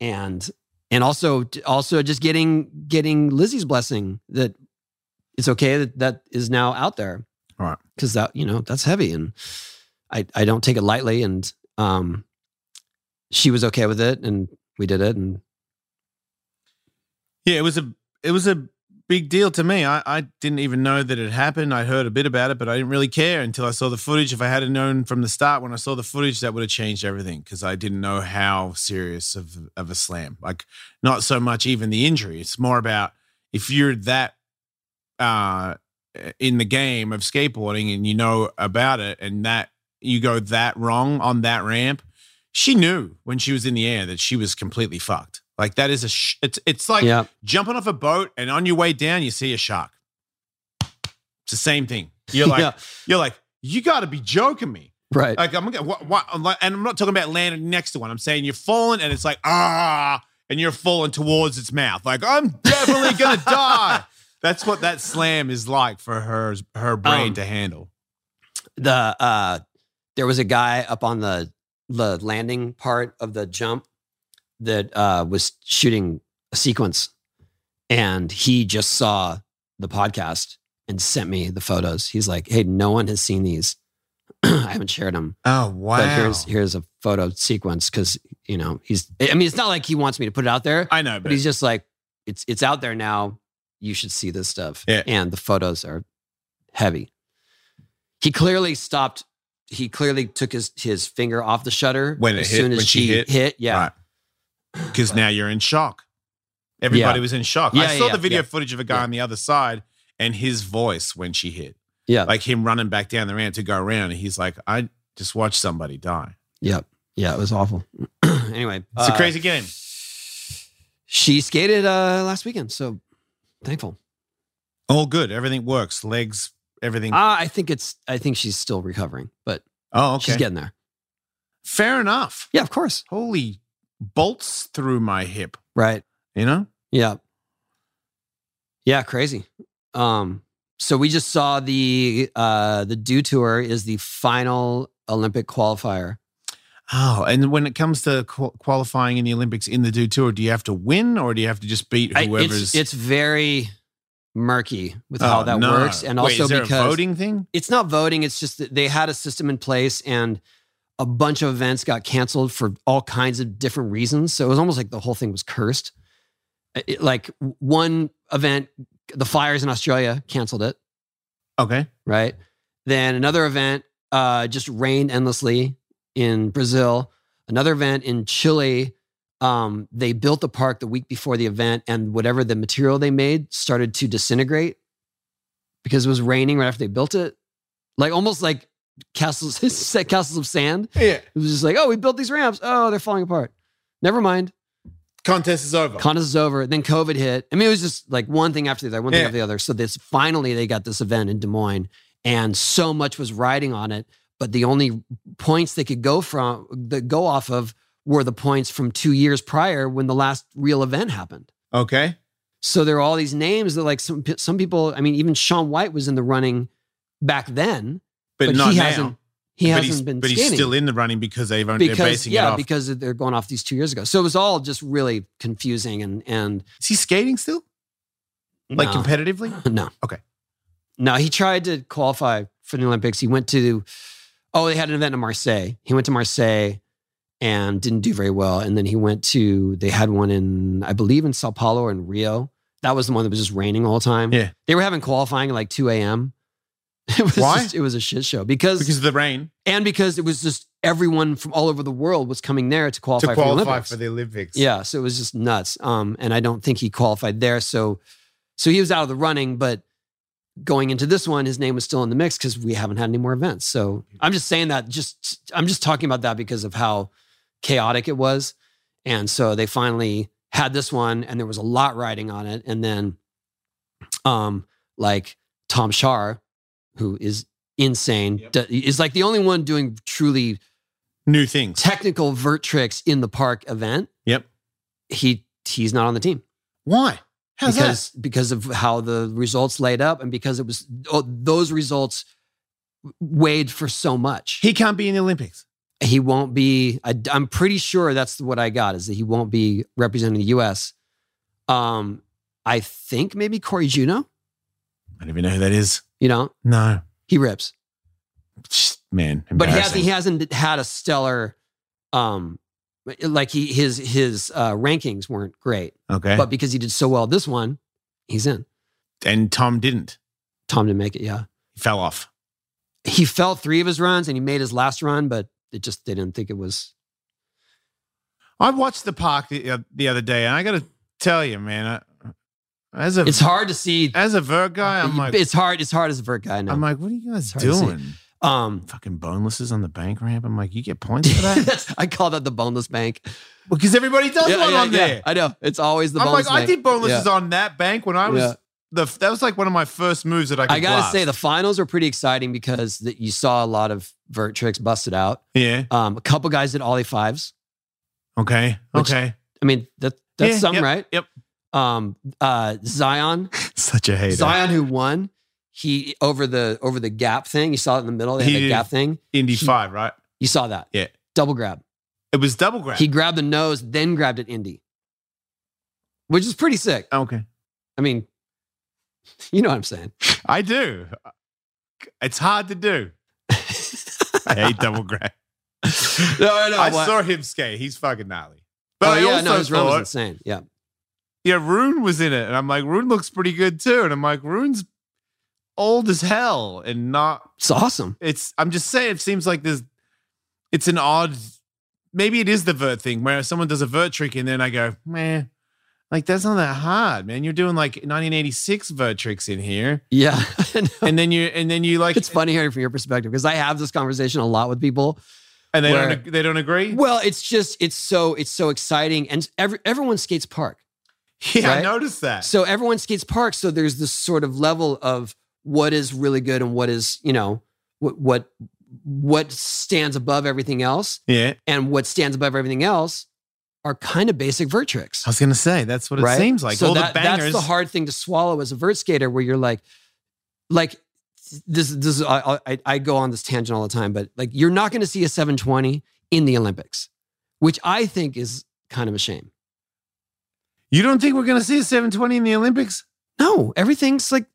Speaker 1: and and also also just getting getting Lizzie's blessing that it's okay that that is now out there,
Speaker 4: All right.
Speaker 1: Because that you know that's heavy, and I I don't take it lightly, and um, she was okay with it, and we did it, and
Speaker 4: Yeah, it was a it was a big deal to me. I, I didn't even know that it happened. I heard a bit about it, but I didn't really care until I saw the footage. If I had known from the start when I saw the footage, that would have changed everything because I didn't know how serious of of a slam. Like not so much even the injury. It's more about if you're that uh in the game of skateboarding and you know about it and that you go that wrong on that ramp. She knew when she was in the air that she was completely fucked. Like that is a sh- it's it's like
Speaker 1: yeah,
Speaker 4: jumping off a boat and on your way down you see a shark. It's the same thing. You're
Speaker 1: [LAUGHS]
Speaker 4: like
Speaker 1: yeah,
Speaker 4: you're like you got to be joking me.
Speaker 1: Right.
Speaker 4: Like I'm, what, what, I'm like- and I'm not talking about landing next to one. I'm saying you're falling, and it's like ah, and you're falling towards its mouth. Like I'm
Speaker 1: [LAUGHS]
Speaker 4: definitely gonna die. That's what that slam is like for her her brain
Speaker 1: Um,
Speaker 4: to handle.
Speaker 1: the uh there was a guy up on the the landing part of the jump that uh was shooting a sequence and he just saw the podcast and sent me the photos he's like hey no one has seen these [CLEARS THROAT] i haven't shared them
Speaker 4: Oh wow!
Speaker 1: but here's here's a photo sequence because you know he's i mean it's not like he wants me to put it out there
Speaker 4: I know,
Speaker 1: but
Speaker 4: but
Speaker 1: he's just like it's it's out there now you should see this stuff
Speaker 4: Yeah.
Speaker 1: and the photos are heavy he clearly stopped he clearly took his his finger off the shutter
Speaker 4: When it
Speaker 1: as
Speaker 4: hit-
Speaker 1: soon as
Speaker 4: when she hit?
Speaker 1: yeah
Speaker 4: Right. because now you're in shock. Everybody
Speaker 1: Yeah.
Speaker 4: was in shock.
Speaker 1: Yeah,
Speaker 4: I
Speaker 1: yeah,
Speaker 4: saw
Speaker 1: yeah,
Speaker 4: the video
Speaker 1: yeah.
Speaker 4: footage of a guy
Speaker 1: Yeah.
Speaker 4: on the other side and his voice when she hit,
Speaker 1: yeah
Speaker 4: like him running back down the ramp to go around, and he's like, "I just watched somebody die."
Speaker 1: yeah yeah it was awful [CLEARS THROAT] anyway
Speaker 4: It's
Speaker 1: uh,
Speaker 4: a crazy game.
Speaker 1: she skated uh last weekend so thankful
Speaker 4: All good. Everything works. Legs. Everything.
Speaker 1: uh, i think it's i think she's still recovering but
Speaker 4: oh, okay.
Speaker 1: she's getting there
Speaker 4: Fair enough.
Speaker 1: yeah of course
Speaker 4: Holy bolts through my hip.
Speaker 1: right
Speaker 4: You know.
Speaker 1: Yeah. Yeah, crazy. Um, so we just saw the uh the do tour is the final Olympic qualifier.
Speaker 4: Oh, and when it comes to qu- qualifying in the Olympics in the do tour, do you have to win or do you have to just beat
Speaker 1: I- it's
Speaker 4: whoever's?
Speaker 1: it's very murky with
Speaker 4: Oh,
Speaker 1: how that
Speaker 4: no.
Speaker 1: works. And
Speaker 4: Wait,
Speaker 1: also
Speaker 4: is there
Speaker 1: because
Speaker 4: a voting thing.
Speaker 1: it's not voting, it's just that they had a system in place and a bunch of events got canceled for all kinds of different reasons. So it was almost like the whole thing was cursed. It- like one event, the fires in Australia canceled it.
Speaker 4: Okay.
Speaker 1: right? Then another event uh, just rained endlessly in Brazil. Another event in Chile. Um, they built the park the week before the event, and whatever the material they made started to disintegrate because it was raining right after they built it. Like almost like castles, [LAUGHS] set castles of sand.
Speaker 4: Yeah.
Speaker 1: It was just like, oh, we built these ramps. Oh, they're falling apart. Never mind.
Speaker 4: Contest is over.
Speaker 1: Contest is over. Then COVID hit. I mean, it was just like one thing after the other, one thing
Speaker 4: Yeah.
Speaker 1: after the other. So this finally they got this event in Des Moines, and so much was riding on it. But the only points they could go from that go off of were the points from two years prior when the last real event happened.
Speaker 4: okay.
Speaker 1: So there are all these names that like some pe- some people. I mean, even Sean White was in the running back then,
Speaker 4: But,
Speaker 1: But
Speaker 4: not
Speaker 1: he
Speaker 4: now.
Speaker 1: hasn't- he
Speaker 4: but he's,
Speaker 1: hasn't been
Speaker 4: But
Speaker 1: skating
Speaker 4: he's still in the running because they've only, they're
Speaker 1: because
Speaker 4: basing
Speaker 1: yeah,
Speaker 4: it off.
Speaker 1: because they're going off these two years ago. So it was all just really confusing and and um,
Speaker 4: is he skating still? Like
Speaker 1: no. [LAUGHS]
Speaker 4: competitively?
Speaker 1: No.
Speaker 4: Okay.
Speaker 1: No, he tried to qualify for the Olympics. He went to, oh, they had an event in Marseille. He went to Marseille and didn't do very well. And then he went to, they had one in, I believe, in Sao Paulo or in Rio. That was the one that was just raining the whole time.
Speaker 4: Yeah.
Speaker 1: They were having qualifying at like 2 a.m. [LAUGHS] It was
Speaker 4: Why?
Speaker 1: just- it was a shit show because,
Speaker 4: Because of the rain
Speaker 1: and because it was just everyone from all over the world was coming there to qualify,
Speaker 4: to qualify
Speaker 1: for the Olympics.
Speaker 4: for the Olympics.
Speaker 1: Yeah, so it was just nuts. Um, and I don't think he qualified there. So, so he was out of the running. But going into this one, his name was still in the mix because we haven't had any more events. So I'm just saying that. Just I'm just talking about that because of how chaotic it was. And so they finally had this one, and there was a lot riding on it. And then, um, like Tom Shar, who is insane,
Speaker 5: Yep.
Speaker 1: d- is like the only one doing truly
Speaker 4: New things.
Speaker 1: technical vert tricks in the park event.
Speaker 4: Yep.
Speaker 1: He he's not on the team
Speaker 4: Why? How's that?
Speaker 1: because because of how the results laid up and because it was oh, those results weighed for so much.
Speaker 4: He can't be in the Olympics.
Speaker 1: He, won't be. I, am pretty sure that's what I got is that he won't be representing the U.S. Um, I think maybe Corey Juno.
Speaker 4: I don't even know who that is.
Speaker 1: You know,
Speaker 4: No.
Speaker 1: he rips,
Speaker 4: Psst, Man.
Speaker 1: but he
Speaker 4: embarrassing.
Speaker 1: hasn't he hasn't had a stellar. Um, like he his his uh, rankings weren't great.
Speaker 4: Okay.
Speaker 1: But because he did so well this one, he's in.
Speaker 4: and Tom didn't.
Speaker 1: Tom didn't make it. Yeah,
Speaker 4: He fell off.
Speaker 1: he fell three of his runs and he made his last run, but it just they didn't think it was.
Speaker 4: I watched the park the, uh, the other day, and I got to tell you, man, I, as a
Speaker 1: It's hard to see.
Speaker 4: as a vert guy, I'm like,
Speaker 1: it's hard. It's hard as a vert guy. I know.
Speaker 4: I'm like, what are you
Speaker 1: It's
Speaker 4: guys
Speaker 1: hard to see.
Speaker 4: doing?
Speaker 1: um,
Speaker 4: Fucking bonelesses on the bank ramp. I'm like, you get points for that
Speaker 1: [LAUGHS] that's, I call that the boneless bank.
Speaker 4: because everybody does
Speaker 1: Yeah,
Speaker 4: one
Speaker 1: yeah,
Speaker 4: on
Speaker 1: yeah.
Speaker 4: there.
Speaker 1: I know it's always the
Speaker 4: I'm like,
Speaker 1: boneless
Speaker 4: I
Speaker 1: bank.
Speaker 4: did bonelesses on that bank when I was
Speaker 1: Yeah.
Speaker 4: the that was like one of my first moves that I. Could
Speaker 1: I gotta
Speaker 4: blast.
Speaker 1: say, the finals were pretty exciting because that you saw a lot of vert tricks busted out.
Speaker 4: yeah.
Speaker 1: Um, a couple guys did ollie fives.
Speaker 4: Okay.
Speaker 1: Which-
Speaker 4: okay. [LAUGHS]
Speaker 1: I mean, that that's
Speaker 4: Yeah,
Speaker 1: some
Speaker 4: yep,
Speaker 1: right?
Speaker 4: yep.
Speaker 1: Um, uh, Zion,
Speaker 4: Such a hater.
Speaker 1: Zion who won, he over the over the gap thing. You saw it in the middle. They
Speaker 4: He
Speaker 1: had the
Speaker 4: did.
Speaker 1: gap thing.
Speaker 4: Indy
Speaker 1: he-
Speaker 4: five, right?
Speaker 1: You saw that.
Speaker 4: Yeah.
Speaker 1: Double grab.
Speaker 4: It was double grab.
Speaker 1: He grabbed the nose, then grabbed an indie, which is pretty sick.
Speaker 4: Oh, okay.
Speaker 1: I mean, [LAUGHS] you know what I'm saying.
Speaker 4: I do. It's hard to do. I
Speaker 1: [LAUGHS]
Speaker 4: hate double grab.
Speaker 1: No, I know.
Speaker 4: I
Speaker 1: What-
Speaker 4: saw him skate. He's fucking gnarly.
Speaker 1: oh,
Speaker 4: But I
Speaker 1: yeah,
Speaker 4: also
Speaker 1: no, his run was
Speaker 4: thought,
Speaker 1: insane. Yeah.
Speaker 4: yeah, Rune was in it, and I'm like, Rune looks pretty good too, and I'm like, Rune's old as hell, and not.
Speaker 1: It's awesome.
Speaker 4: It's. I'm just saying, it seems like there's. It's an odd. Maybe it is the vert thing where someone does a vert trick, and then I go, man, like that's not that hard, man. You're doing like 1986 vert tricks in
Speaker 1: [LAUGHS]
Speaker 4: here,
Speaker 1: Yeah. I know.
Speaker 4: and then you and then you like,
Speaker 1: it's funny hearing from your perspective because I have this conversation a lot with people.
Speaker 4: and they
Speaker 1: where-
Speaker 4: don't they don't agree.
Speaker 1: Well, it's just it's so it's so exciting, and every, everyone skates park.
Speaker 4: [LAUGHS] yeah, I
Speaker 1: right?
Speaker 4: noticed that.
Speaker 1: So everyone skates park. So there's this sort of level of what is really good and what is you know what what what stands above everything else,
Speaker 4: yeah,
Speaker 1: and what stands above everything else are kind of basic vert tricks.
Speaker 4: I was gonna say that's what it
Speaker 1: right?
Speaker 4: seems like.
Speaker 1: So
Speaker 4: All
Speaker 1: that,
Speaker 4: the bangers.
Speaker 1: that's the hard thing to swallow as a vert skater, where you're like, like this. This is I, I, I go on this tangent all the time, but like you're not going to see a 720 in the Olympics, which I think is kind of a shame.
Speaker 4: you don't think we're gonna see a 720 in the Olympics?
Speaker 1: No, everything's like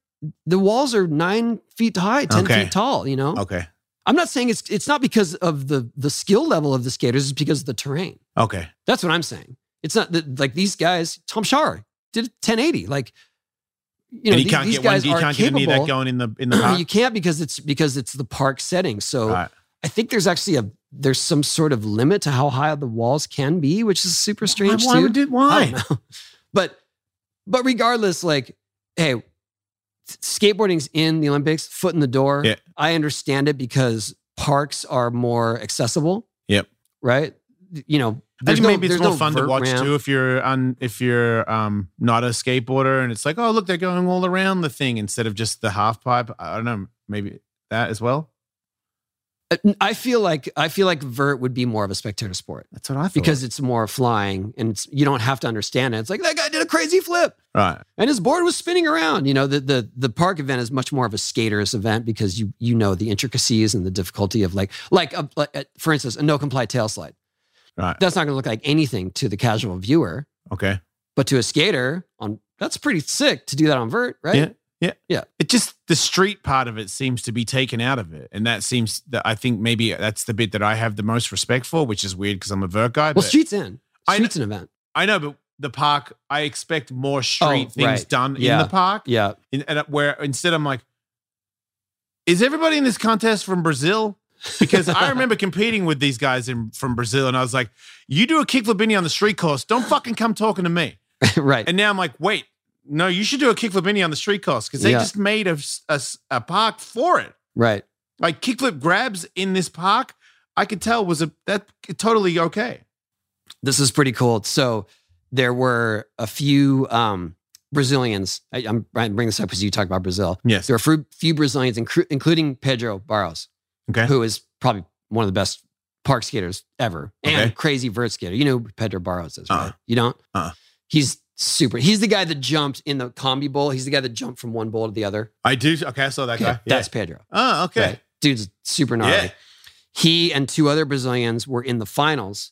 Speaker 1: the walls are nine feet high, ten
Speaker 4: Okay.
Speaker 1: feet tall. You know,
Speaker 4: Okay.
Speaker 1: I'm not saying it's it's not because of the the skill level of the skaters, it's because of the terrain.
Speaker 4: Okay.
Speaker 1: That's what I'm saying. It's not that like these guys, Tom Schauer did 1080. Like, you know,
Speaker 4: and you
Speaker 1: the-
Speaker 4: can't
Speaker 1: these
Speaker 4: get one.
Speaker 1: guys
Speaker 4: You
Speaker 1: are
Speaker 4: can't
Speaker 1: capable.
Speaker 4: get any of that going in the
Speaker 1: [CLEARS THROAT]
Speaker 4: in the park.
Speaker 1: you can't because it's because it's the park setting. So
Speaker 4: Right.
Speaker 1: I think there's actually a there's some sort of limit to how high the walls can be, which is super strange
Speaker 4: why
Speaker 1: too.
Speaker 4: would it?
Speaker 1: I don't
Speaker 4: Why? [LAUGHS]
Speaker 1: know. But but regardless, like, hey, s- skateboarding's in the Olympics, foot in the door.
Speaker 4: Yeah.
Speaker 1: I understand it because parks are more accessible.
Speaker 4: Yep.
Speaker 1: Right. You know,
Speaker 4: I
Speaker 1: there's
Speaker 4: think
Speaker 1: no,
Speaker 4: maybe it's
Speaker 1: there's
Speaker 4: more
Speaker 1: no
Speaker 4: fun to
Speaker 1: vert
Speaker 4: watch
Speaker 1: ramp.
Speaker 4: too if you're on if you're um not a skateboarder and it's like oh look they're going all around the thing instead of just the half pipe. I don't know maybe that as well.
Speaker 1: Uh, I feel like I feel like vert would be more of a spectator sport
Speaker 4: That's what I thought.
Speaker 1: because it's more flying and it's, you don't have to understand it. It's like that guy did a crazy flip
Speaker 4: right
Speaker 1: and his board was spinning around. You know, the the the park event is much more of a skater's event because you you know the intricacies and the difficulty of like like, a, like a, for instance a no comply tail slide.
Speaker 4: right
Speaker 1: That's not going to look like anything to the casual viewer,
Speaker 4: okay
Speaker 1: but to a skater on that's pretty sick to do that on vert, right?
Speaker 4: yeah
Speaker 1: Yeah.
Speaker 4: It just the street part of it seems to be taken out of it, and that seems that I think maybe that's the bit that I have the most respect for, which is weird because I'm a vert guy.
Speaker 1: Well,
Speaker 4: but-
Speaker 1: streets in
Speaker 4: I kn-
Speaker 1: streets an event.
Speaker 4: I know, but the park, I expect more street
Speaker 1: Oh,
Speaker 4: things
Speaker 1: right.
Speaker 4: done
Speaker 1: Yeah.
Speaker 4: in the park.
Speaker 1: Yeah, [LAUGHS]
Speaker 4: In, and uh, where instead I'm like, is everybody in this contest from Brazil? Because I remember competing with these guys in, from Brazil, and I was like, you do a kickflip innie on the street course, don't fucking come talking to me.
Speaker 1: right.
Speaker 4: And now I'm like, wait, no, you should do a kickflip innie on the street course because they
Speaker 1: Yeah.
Speaker 4: just made a, s- a s- a park for it.
Speaker 1: right.
Speaker 4: Like kickflip grabs in this park, I could tell was a that totally okay.
Speaker 1: this is pretty cool. So there were a few um, Brazilians. I, I'm I bring this up because you talked about Brazil.
Speaker 4: Yes.
Speaker 1: There were a few- few Brazilians, incru- including Pedro Barros,
Speaker 4: Okay.
Speaker 1: who is probably one of the best park skaters ever
Speaker 4: Okay.
Speaker 1: and crazy vert skater. You know who Pedro Barros is, right?
Speaker 4: Uh-uh.
Speaker 1: You don't?
Speaker 4: Uh-uh.
Speaker 1: He's super. He's the guy that jumped in the combi bowl. He's the guy that jumped from one bowl to the other.
Speaker 4: I do. Okay, I saw that guy.
Speaker 1: That's Pedro.
Speaker 4: Oh, okay.
Speaker 1: Right? Dude's super gnarly
Speaker 4: Yeah.
Speaker 1: he and two other Brazilians were in the finals,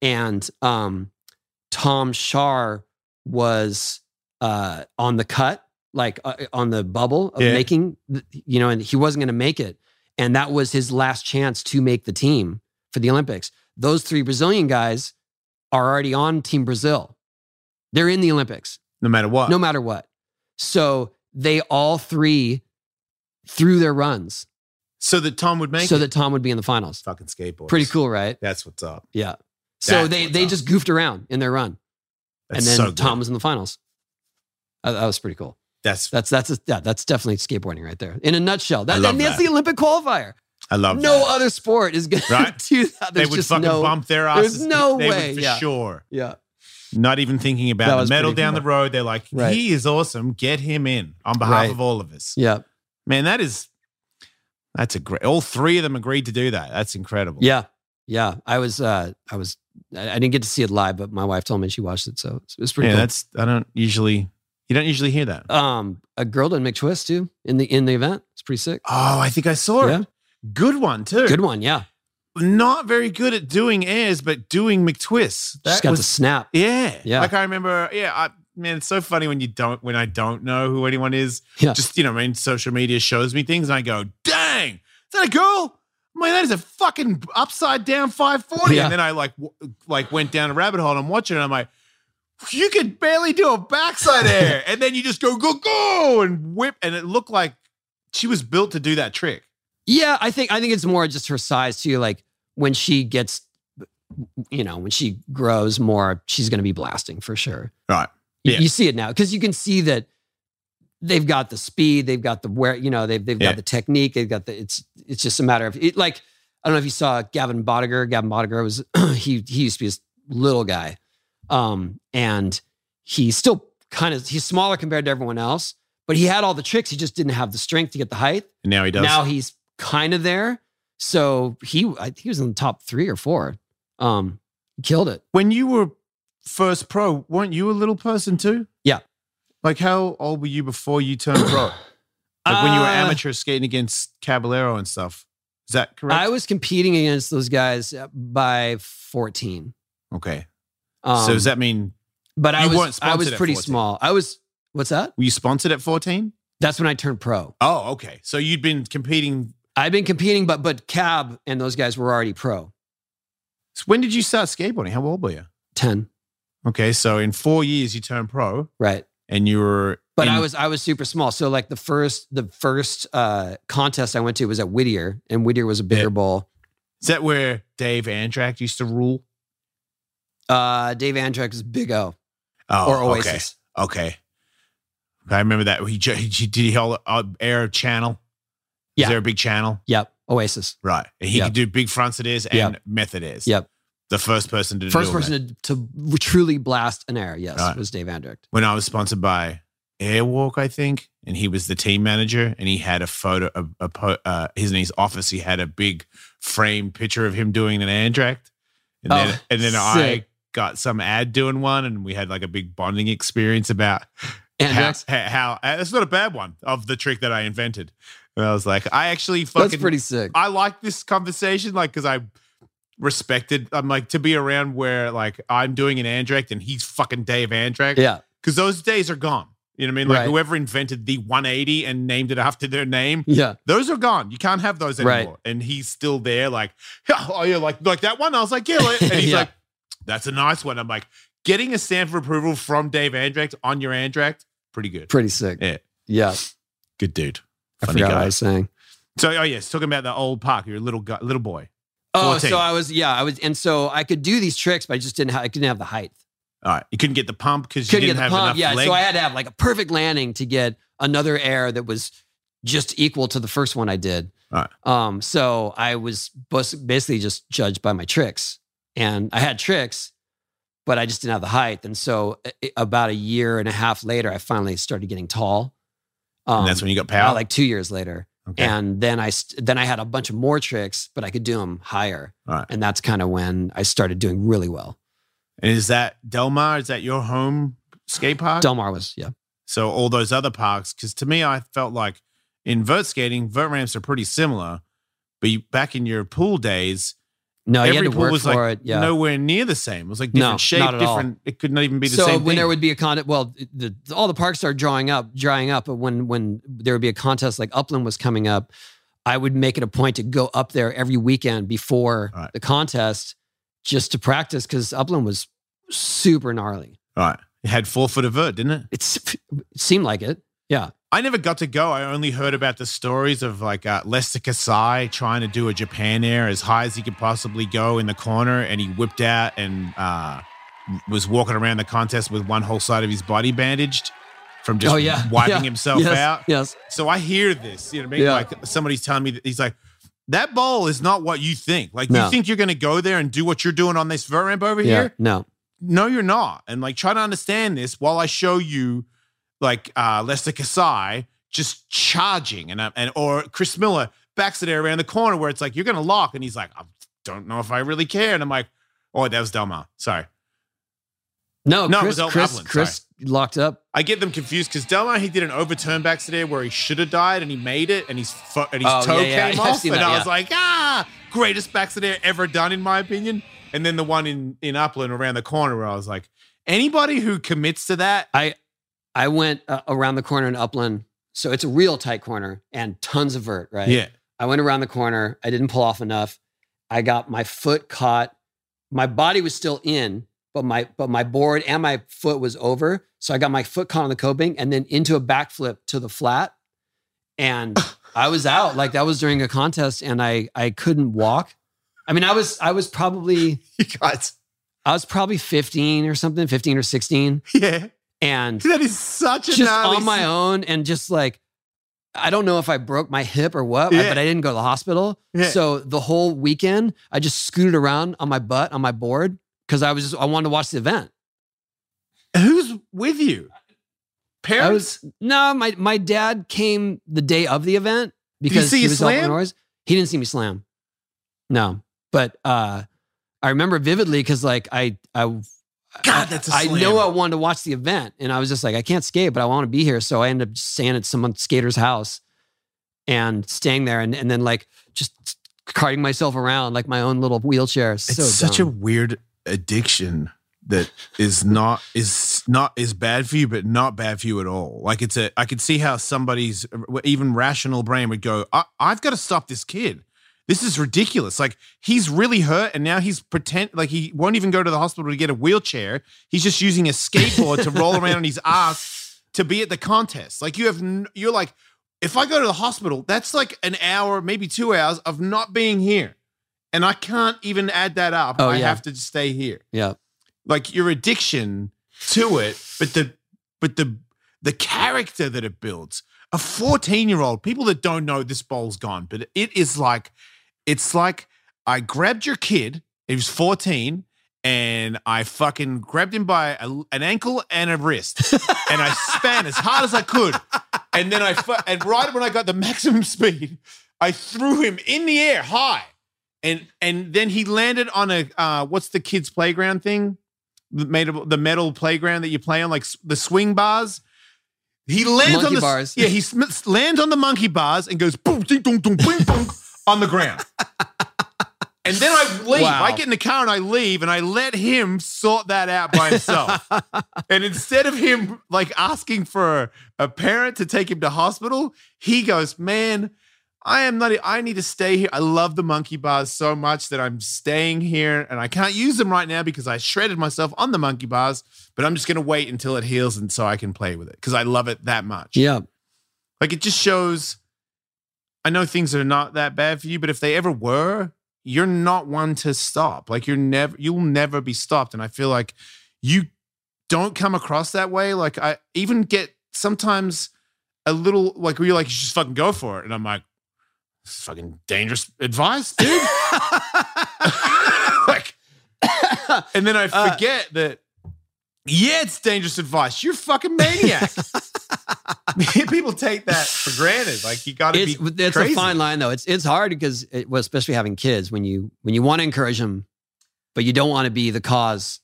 Speaker 1: and um, Tom Schar was uh, on the cut, like uh, on the bubble of
Speaker 4: Yeah.
Speaker 1: making, th- you know, and he wasn't going to make it, and that was his last chance to make the team for the Olympics. Those three Brazilian guys are already on Team Brazil; they're in the Olympics
Speaker 4: No matter what.
Speaker 1: no matter what. So they all three threw their runs
Speaker 4: so that Tom would make
Speaker 1: so
Speaker 4: it.
Speaker 1: that Tom would be in the finals.
Speaker 4: fucking skateboard.
Speaker 1: Pretty cool, right?
Speaker 4: That's what's up.
Speaker 1: Yeah. So
Speaker 4: That's
Speaker 1: they
Speaker 4: what's
Speaker 1: they
Speaker 4: up.
Speaker 1: just goofed around in their run, and
Speaker 4: That's
Speaker 1: then
Speaker 4: so good.
Speaker 1: Tom was in the finals. Uh, that was pretty cool.
Speaker 4: That's
Speaker 1: That's that's a, yeah, that's definitely skateboarding right there. In a nutshell, that,
Speaker 4: I love
Speaker 1: and that's
Speaker 4: that.
Speaker 1: the Olympic qualifier.
Speaker 4: I love
Speaker 1: No
Speaker 4: that.
Speaker 1: other sport is going
Speaker 4: Right?
Speaker 1: to [LAUGHS] do that.
Speaker 4: They
Speaker 1: There's
Speaker 4: would
Speaker 1: just
Speaker 4: fucking
Speaker 1: no.
Speaker 4: bump their
Speaker 1: there's
Speaker 4: asses.
Speaker 1: no
Speaker 4: they
Speaker 1: way,
Speaker 4: would for
Speaker 1: yeah.
Speaker 4: sure.
Speaker 1: Yeah.
Speaker 4: not even thinking
Speaker 1: That
Speaker 4: about
Speaker 1: was
Speaker 4: the metal
Speaker 1: pretty
Speaker 4: down
Speaker 1: cool.
Speaker 4: the road. They're like,
Speaker 1: Right.
Speaker 4: he is awesome. Get him in on behalf
Speaker 1: Right.
Speaker 4: of all of us.
Speaker 1: Yeah.
Speaker 4: Man, that is that's a great. All three of them agreed to do that. That's incredible.
Speaker 1: Yeah. Yeah. I was, uh, I was, I I didn't get to see it live, but my wife told me she watched it. So it's- it's pretty
Speaker 4: yeah.
Speaker 1: cool.
Speaker 4: That's I don't usually you don't usually hear that.
Speaker 1: um, a girl did McTwist too in the, in the event. It's pretty sick.
Speaker 4: Oh, I think I saw
Speaker 1: Yeah.
Speaker 4: it. Good one too.
Speaker 1: Good one. Yeah.
Speaker 4: Not very good at doing airs, but doing McTwists.
Speaker 1: She's
Speaker 4: That
Speaker 1: got
Speaker 4: was
Speaker 1: the snap.
Speaker 4: Yeah.
Speaker 1: Yeah.
Speaker 4: Like I remember, yeah, I man, it's so funny when you don't when I don't know who anyone is.
Speaker 1: Yeah.
Speaker 4: Just, you know, I mean social media shows me things and I go, dang, is that a girl? Man, that is a fucking upside down 540.
Speaker 1: Yeah.
Speaker 4: And then I like w- like went down a rabbit hole and I'm watching and I'm like, you could barely do
Speaker 1: [LAUGHS]
Speaker 4: a backside air. and then you just go, go, go, and whip. And it looked like she was built to do that trick.
Speaker 1: Yeah. I think, I think it's more just her size too. Like when she gets, you know, when she grows more, she's going to be blasting for sure.
Speaker 4: Right.
Speaker 1: You-
Speaker 4: Yeah.
Speaker 1: You, see it now because you can see that they've got the speed, they've got the where, you know, they've they've
Speaker 4: Yeah.
Speaker 1: got the technique, they've got the. It's it's just a matter of it, like I don't know if you saw Gavin Bodiger. Gavin Bodiger was [CLEARS THROAT] he he used to be this little guy, um, and he's still kind of he's smaller compared to everyone else, but he had all the tricks. He just didn't have the strength to get the height.
Speaker 4: And now he does.
Speaker 1: Now he's kind of there. So he I, he was in the top three or four. Um, killed it.
Speaker 4: when you were first pro, weren't you a little person too?
Speaker 1: Yeah.
Speaker 4: Like how old were you before you turned
Speaker 1: [COUGHS]
Speaker 4: pro? Like when you were
Speaker 1: Uh,
Speaker 4: amateur skating against Caballero and stuff. Is that correct?
Speaker 1: I was competing against those guys uh, by 14.
Speaker 4: okay.
Speaker 1: Um,
Speaker 4: so does that mean
Speaker 1: But I
Speaker 4: you weren't
Speaker 1: was I
Speaker 4: sponsored
Speaker 1: was
Speaker 4: at
Speaker 1: pretty
Speaker 4: 14?
Speaker 1: small. I was what's that?
Speaker 4: were you sponsored at 14?
Speaker 1: That's when I turned pro.
Speaker 4: Oh, okay. So you'd been competing.
Speaker 1: I've been competing, but but Cab and those guys were already pro.
Speaker 4: So when did you start skateboarding? How old were you?
Speaker 1: Ten,
Speaker 4: Okay. So in four years you turned pro
Speaker 1: right?
Speaker 4: and you were
Speaker 1: But
Speaker 4: in-
Speaker 1: I was I was super small. So like the first the first uh, contest I went to was at Whittier, and Whittier was a bigger
Speaker 4: Yeah.
Speaker 1: bowl.
Speaker 4: Is that where Dave Andrak used to rule?
Speaker 1: Uh, Dave Andrek was Big O
Speaker 4: Oh,
Speaker 1: or
Speaker 4: okay.
Speaker 1: Oasis.
Speaker 4: Okay. I remember that. He, ju- he did he hold uh, air a channel?
Speaker 1: Yeah.
Speaker 4: Is there a big channel?
Speaker 1: Yep, Oasis.
Speaker 4: Right. And he
Speaker 1: Yeah.
Speaker 4: could do big fronts it is and method is.
Speaker 1: Yep.
Speaker 4: The first person to do
Speaker 1: First
Speaker 4: it.
Speaker 1: person to, to truly blast an air, yes,
Speaker 4: Right.
Speaker 1: was Dave Andrek.
Speaker 4: When I was sponsored by Airwalk, I think, and he was the team manager, and he had a photo of a, po uh, his in his office. He had a big frame picture of him doing an Andract, and then
Speaker 1: Oh,
Speaker 4: and then I
Speaker 1: sick.
Speaker 4: got some ad doing one, and we had like a big bonding experience about how,
Speaker 1: Andrek,
Speaker 4: how, how uh, that's not a bad one of the trick that I invented. And I was like, I actually
Speaker 1: that's
Speaker 4: fucking
Speaker 1: pretty sick.
Speaker 4: I like this conversation, like because I respected. I'm like to be around where like I'm doing an Andract and he's fucking Dave Andract.
Speaker 1: Yeah.
Speaker 4: because those days are gone. You know what I mean? Like
Speaker 1: Right.
Speaker 4: whoever invented the 180 and named it after their name,
Speaker 1: Yeah.
Speaker 4: those are gone. You can't have those anymore.
Speaker 1: Right.
Speaker 4: And he's still there, like, oh yeah, like like that one. I was like, yeah,
Speaker 1: [LAUGHS]
Speaker 4: like-" and he's
Speaker 1: Yeah.
Speaker 4: like, that's a nice one. I'm like, getting a stamp of approval from Dave Andract on your Andract, pretty good.
Speaker 1: Pretty sick.
Speaker 4: Yeah.
Speaker 1: Yeah.
Speaker 4: Good dude.
Speaker 1: I
Speaker 4: Funny
Speaker 1: forgot what I
Speaker 4: guy.
Speaker 1: was saying.
Speaker 4: So oh yes, talking about the old park, you're a little guy, little boy.
Speaker 1: Oh,
Speaker 4: 14.
Speaker 1: so I was, yeah, I was, and so I could do these tricks, but I just didn't have, I couldn't have the height.
Speaker 4: All right. You couldn't get the pump because you
Speaker 1: Couldn't
Speaker 4: didn't
Speaker 1: get the
Speaker 4: have
Speaker 1: pump.
Speaker 4: enough
Speaker 1: Yeah.
Speaker 4: leg.
Speaker 1: So I had to have like a perfect landing to get another air that was just equal to the first one I did.
Speaker 4: Right.
Speaker 1: Um, so I was bus- basically just judged by my tricks and I had tricks, but I just didn't have the height. And so i- i- about a year and a half later, I finally started getting tall. Um,
Speaker 4: and that's when you got
Speaker 1: about,
Speaker 4: power.
Speaker 1: like two years later.
Speaker 4: okay.
Speaker 1: and then I st- then I had a bunch of more tricks, but I could do them higher.
Speaker 4: Right.
Speaker 1: And that's kind of when I started doing really well.
Speaker 4: and is that Delmar? Is that your home skate park?
Speaker 1: Delmar was yeah,
Speaker 4: So all those other parks, because to me, I felt like in vert skating, vert ramps are pretty similar. But you, back in your pool days,
Speaker 1: no, you had
Speaker 4: every
Speaker 1: to
Speaker 4: pool
Speaker 1: work
Speaker 4: was
Speaker 1: for
Speaker 4: like
Speaker 1: it. Yeah.
Speaker 4: nowhere near the same. It was like
Speaker 1: No,
Speaker 4: different shape,
Speaker 1: not at all.
Speaker 4: different. It could not even be the
Speaker 1: so
Speaker 4: same.
Speaker 1: when
Speaker 4: thing.
Speaker 1: there would be a contest, well, the, the, all the parks started drawing up, drying up. But when when there would be a contest like Upland was coming up, I would make it a point to go up there every weekend before
Speaker 4: Right.
Speaker 1: the contest, just to practice because Upland was super gnarly.
Speaker 4: all right, it had four foot of vert, didn't it?
Speaker 1: It's, it seemed like it.
Speaker 4: I never got to go. I only heard about the stories of like uh, Lester Kasai trying to do a Japan air as high as he could possibly go in the corner, and he whipped out and uh, was walking around the contest with one whole side of his body bandaged from just
Speaker 1: Oh, yeah. [LAUGHS]
Speaker 4: wiping
Speaker 1: Yeah.
Speaker 4: himself
Speaker 1: yes,
Speaker 4: out.
Speaker 1: yes.
Speaker 4: So I hear this, you know what I mean?
Speaker 1: Yeah.
Speaker 4: Like somebody's telling me that he's like, that ball is not what you think. Like
Speaker 1: No.
Speaker 4: you think you're going to go there and do what you're doing on this vert ramp over
Speaker 1: Yeah.
Speaker 4: here?
Speaker 1: No.
Speaker 4: no, you're not. And like, try to understand this while I show you, like, uh, Lester Kasai just charging and, uh, and or Chris Miller backs it around the corner where it's like, you're going to lock. And he's like, I don't know if I really care. And I'm like, oh, that was Delmar. Sorry.
Speaker 1: No,
Speaker 4: No, it
Speaker 1: Chris,
Speaker 4: was Elton
Speaker 1: Chris,
Speaker 4: Ablin,
Speaker 1: Chris locked up.
Speaker 4: I get them confused because Delmar, he did an overturn back today where he should have died and he made it and his, fo- and his
Speaker 1: Oh,
Speaker 4: toe
Speaker 1: yeah, yeah,
Speaker 4: came
Speaker 1: I've
Speaker 4: off.
Speaker 1: seen
Speaker 4: And
Speaker 1: that,
Speaker 4: I was
Speaker 1: yeah.
Speaker 4: like, ah, greatest back today ever done, in my opinion. And then the one in, in Upland around the corner where I was like, anybody who commits to that,
Speaker 1: I I went uh, around the corner in Upland, so it's a real tight corner and tons of vert, right?
Speaker 4: yeah,
Speaker 1: I went around the corner. I didn't pull off enough. I got my foot caught. My body was still in, but my but my board and my foot was over. So I got my foot caught on the coping and then into a backflip to the flat. And I was out. Like that was during a contest and I I couldn't walk. I mean, I was I was probably
Speaker 4: [LAUGHS] you guys,
Speaker 1: I was probably 15 or something, 15 or 16.
Speaker 4: yeah.
Speaker 1: And
Speaker 4: That is such a
Speaker 1: just
Speaker 4: gnarly
Speaker 1: on my
Speaker 4: s-
Speaker 1: own and just like I don't know if I broke my hip or what,
Speaker 4: Yeah.
Speaker 1: but I didn't go to the hospital.
Speaker 4: Yeah.
Speaker 1: So the whole weekend, I just scooted around on my butt on my board because I was just I wanted to watch the event.
Speaker 4: Who's with you?
Speaker 1: I
Speaker 4: Parents?
Speaker 1: was no, my my dad came the day of the event because
Speaker 4: see
Speaker 1: he
Speaker 4: you
Speaker 1: was helping
Speaker 4: slam?
Speaker 1: Norris. He didn't see me slam. No, but uh, I remember vividly because like I I
Speaker 4: God, that's a
Speaker 1: I
Speaker 4: slam.
Speaker 1: know I wanted to watch the event, and I was just like, I can't skate, but I want to be here. So I ended up just staying at some skater's house and staying there, and, and then like just carting myself around like my own little wheelchair.
Speaker 4: it's
Speaker 1: so
Speaker 4: such a weird addiction that is not is not is bad for you, but not bad for you at all. Like it's a I could see how somebody's even rational brain would go, I, I've got to stop this kid. This is ridiculous. Like he's really hurt, and now he's pretend like he won't even go to the hospital to get a wheelchair. He's just using a skateboard to roll around on his ass to be at the contest. Like you have, n- you're like, if I go to the hospital, that's like an hour, maybe two hours of not being here, and I can't even add that up.
Speaker 1: Oh,
Speaker 4: I
Speaker 1: yeah.
Speaker 4: have to just stay here.
Speaker 1: yeah,
Speaker 4: Like your addiction to it, but the but the the character that it builds. A 14 year old, people that don't know this bowl's gone, but it is like, it's like I grabbed your kid, he was 14, and I fucking grabbed him by a, an ankle and a
Speaker 1: [LAUGHS]
Speaker 4: wrist, and I span as hard as I could. And then I, fu- and right when I got the maximum speed, I threw him in the air high. And and then he landed on a, uh, what's the kids' playground thing? The, made of, the metal playground that you play on, like s- the swing bars. He lands on
Speaker 1: Monkey
Speaker 4: the
Speaker 1: bars.
Speaker 4: Yeah, he sm- lands on the monkey bars and goes boom, ding, dong, dong, bing,
Speaker 1: [LAUGHS]
Speaker 4: bong on the ground. And then I leave.
Speaker 1: Wow.
Speaker 4: I get in the car and I leave, and I let him sort that out by himself. and instead of him like asking for a parent to take him to hospital, he goes, "Man, I am not. e, I need to stay here. I love the monkey bars so much that I'm staying here, and I can't use them right now because I shredded myself on the monkey bars. But I'm just gonna wait until it heals, and so I can play with it because I love it that much. [COUGHS]
Speaker 1: yeah.
Speaker 4: Like it just shows. I know things are not that bad for you, but if they ever were, you're not one to stop. Like you're never, you'll never be stopped. And I feel like you don't come across that way. Like I even get sometimes a little like where you're like, you should just fucking go for it. And I'm like, this is fucking dangerous advice, dude. [LAUGHS] like, and then I
Speaker 1: Uh,
Speaker 4: forget that. Yeah, it's dangerous advice. You're a fucking [LAUGHS] maniac. People take that for granted. Like you got to
Speaker 1: It's
Speaker 4: be.
Speaker 1: it's
Speaker 4: crazy.
Speaker 1: a fine line though. It's it's hard because it, well, especially having kids when you when you want to encourage them, but you don't want to be the cause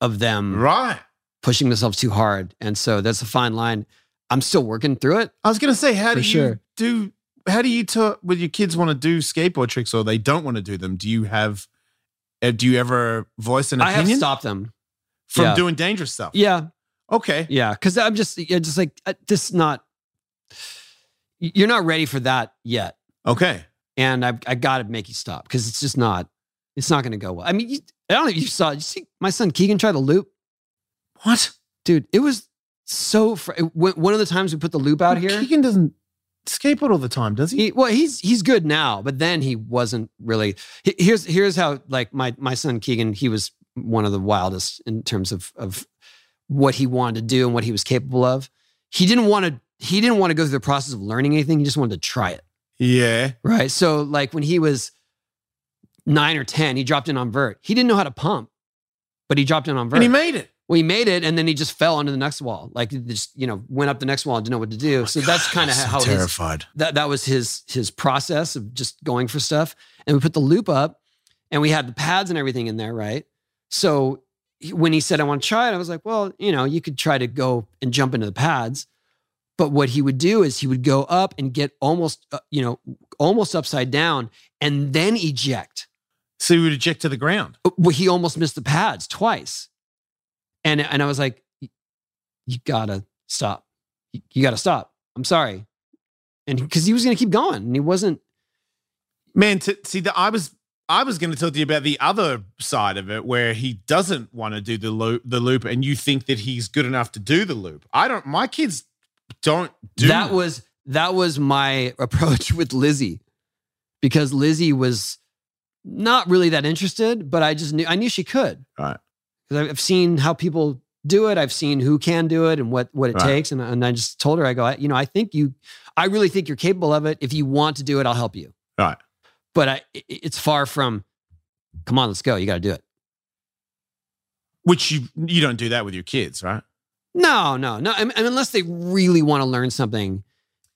Speaker 1: of them
Speaker 4: Right.
Speaker 1: pushing themselves too hard. And so that's a fine line. I'm still working through it.
Speaker 4: I was gonna say, how
Speaker 1: For
Speaker 4: do
Speaker 1: sure.
Speaker 4: you do? How do you talk when your kids want to do skateboard tricks or they don't want to do them? Do you have? uh, Do you ever voice an
Speaker 1: I have
Speaker 4: opinion
Speaker 1: stopped them.
Speaker 4: from
Speaker 1: yeah.
Speaker 4: doing dangerous stuff?
Speaker 1: Yeah,
Speaker 4: Okay.
Speaker 1: yeah. Because I'm just, yeah, just like uh, this. Not you're not ready for that yet,
Speaker 4: Okay.
Speaker 1: and I I got to make you stop because it's just not. It's not going to go well. I mean, you, I don't know if you saw. You see my son Keegan try the loop,
Speaker 4: What?
Speaker 1: dude. It was so. Fr- it- one one of the times we put the loop out here.
Speaker 4: Keegan doesn't skateboard all the time, does he?
Speaker 1: He, well, he's he's good now, but then he wasn't really. he- Here's here's how like my my son Keegan, he was one of the wildest in terms of of what he wanted to do and what he was capable of. He didn't want to he didn't want to go through the process of learning anything. He just wanted to try it,
Speaker 4: Yeah.
Speaker 1: right? So like when he was nine or ten, he dropped in on vert. He didn't know how to pump, but he dropped in on
Speaker 4: and
Speaker 1: Vert.
Speaker 4: he made it.
Speaker 1: well, he made it, and then he just fell onto the next wall. Like, he just you know, went up the next wall and didn't know what to do. so that's kind of
Speaker 4: So
Speaker 1: how his
Speaker 4: terrified.
Speaker 1: that that was his his process of just going for stuff. And we put the loop up, and we had the pads and everything in there, right? So he- when he said, "I want to try it," I was like, "Well, you know, you could try to go and jump into the pads." But what he would do is he would go up and get almost, uh, you know, almost upside down, and then eject.
Speaker 4: So he would eject to the ground.
Speaker 1: Well, he almost missed the pads twice, and and I was like, "You- "You gotta stop! You, you gotta stop! I'm sorry." And because he was gonna keep going, and he wasn't.
Speaker 4: Man, t- see, the, I was I was going to talk to you about the other side of it, where he doesn't want to do the loop, the loop, and you think that he's good enough to do the loop. I don't. My kids don't do
Speaker 1: that was that was my [LAUGHS] approach with Lizzie because Lizzie was not really that interested, but I just knew I knew she could.
Speaker 4: Right.
Speaker 1: Because I've seen how people do it. I've seen who can do it and what what it
Speaker 4: Right.
Speaker 1: takes, and and I just told her I go, I, you know, I think you, I really think you're capable of it. If you want to do it, I'll help you.
Speaker 4: Right.
Speaker 1: But I, it- it's far from, come on, let's go. You got to do it.
Speaker 4: which you you don't do that with your kids, right?
Speaker 1: No, no, no. I mean, unless they really want to learn something,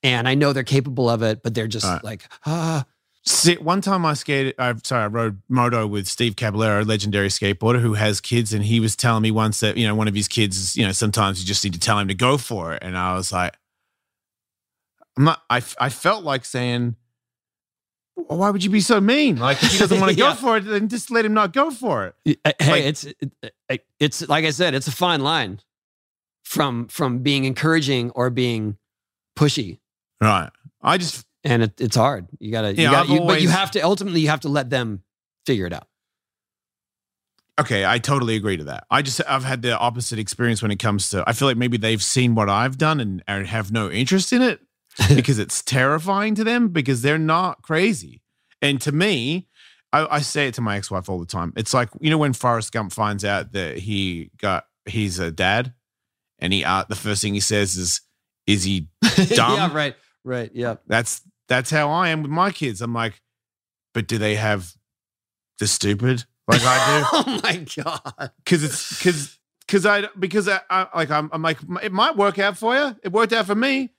Speaker 1: and I know they're capable of it, but they're just
Speaker 4: Right.
Speaker 1: like, ah,
Speaker 4: Sit, one time I skated, i sorry, I rode moto with Steve Caballero, a legendary skateboarder who has kids. And he was telling me once that, you know, one of his kids, is, you know, sometimes you just need to tell him to go for it. And I was like, I'm not, I, f- I felt like saying, "Well, why would you be so mean? Like, if he doesn't want to
Speaker 1: Yeah.
Speaker 4: go for it, then just let him not go for it.
Speaker 1: Y- uh, Hey,
Speaker 4: Like-
Speaker 1: it's it- it- it's like I said, it's a fine line from from being encouraging or being pushy,
Speaker 4: Right. I just,
Speaker 1: and it, it's hard. You gotta, you
Speaker 4: Yeah,
Speaker 1: gotta
Speaker 4: I've
Speaker 1: you, but you
Speaker 4: always-
Speaker 1: have to ultimately you have to let them figure it out. [LAUGHS]
Speaker 4: okay, I totally agree to that. I just I've had the opposite experience when it comes to I feel like maybe they've seen what I've done and, and have no interest
Speaker 1: [LAUGHS]
Speaker 4: in it because it's terrifying to them because they're not crazy. And to me, I, I say it to my ex-wife all the time. It's like, you know, when Forrest Gump finds out that he got he's a dad and he uh, the first thing he says is, is he
Speaker 1: [LAUGHS] yeah,
Speaker 4: Dumb.
Speaker 1: right, right, yeah.
Speaker 4: that's that's how I am with my kids. I'm like, but do they have the stupid like I do?
Speaker 1: [LAUGHS] oh my god,
Speaker 4: because it's because because I because I, I like I'm, I'm like it might work out for you. It worked out for me,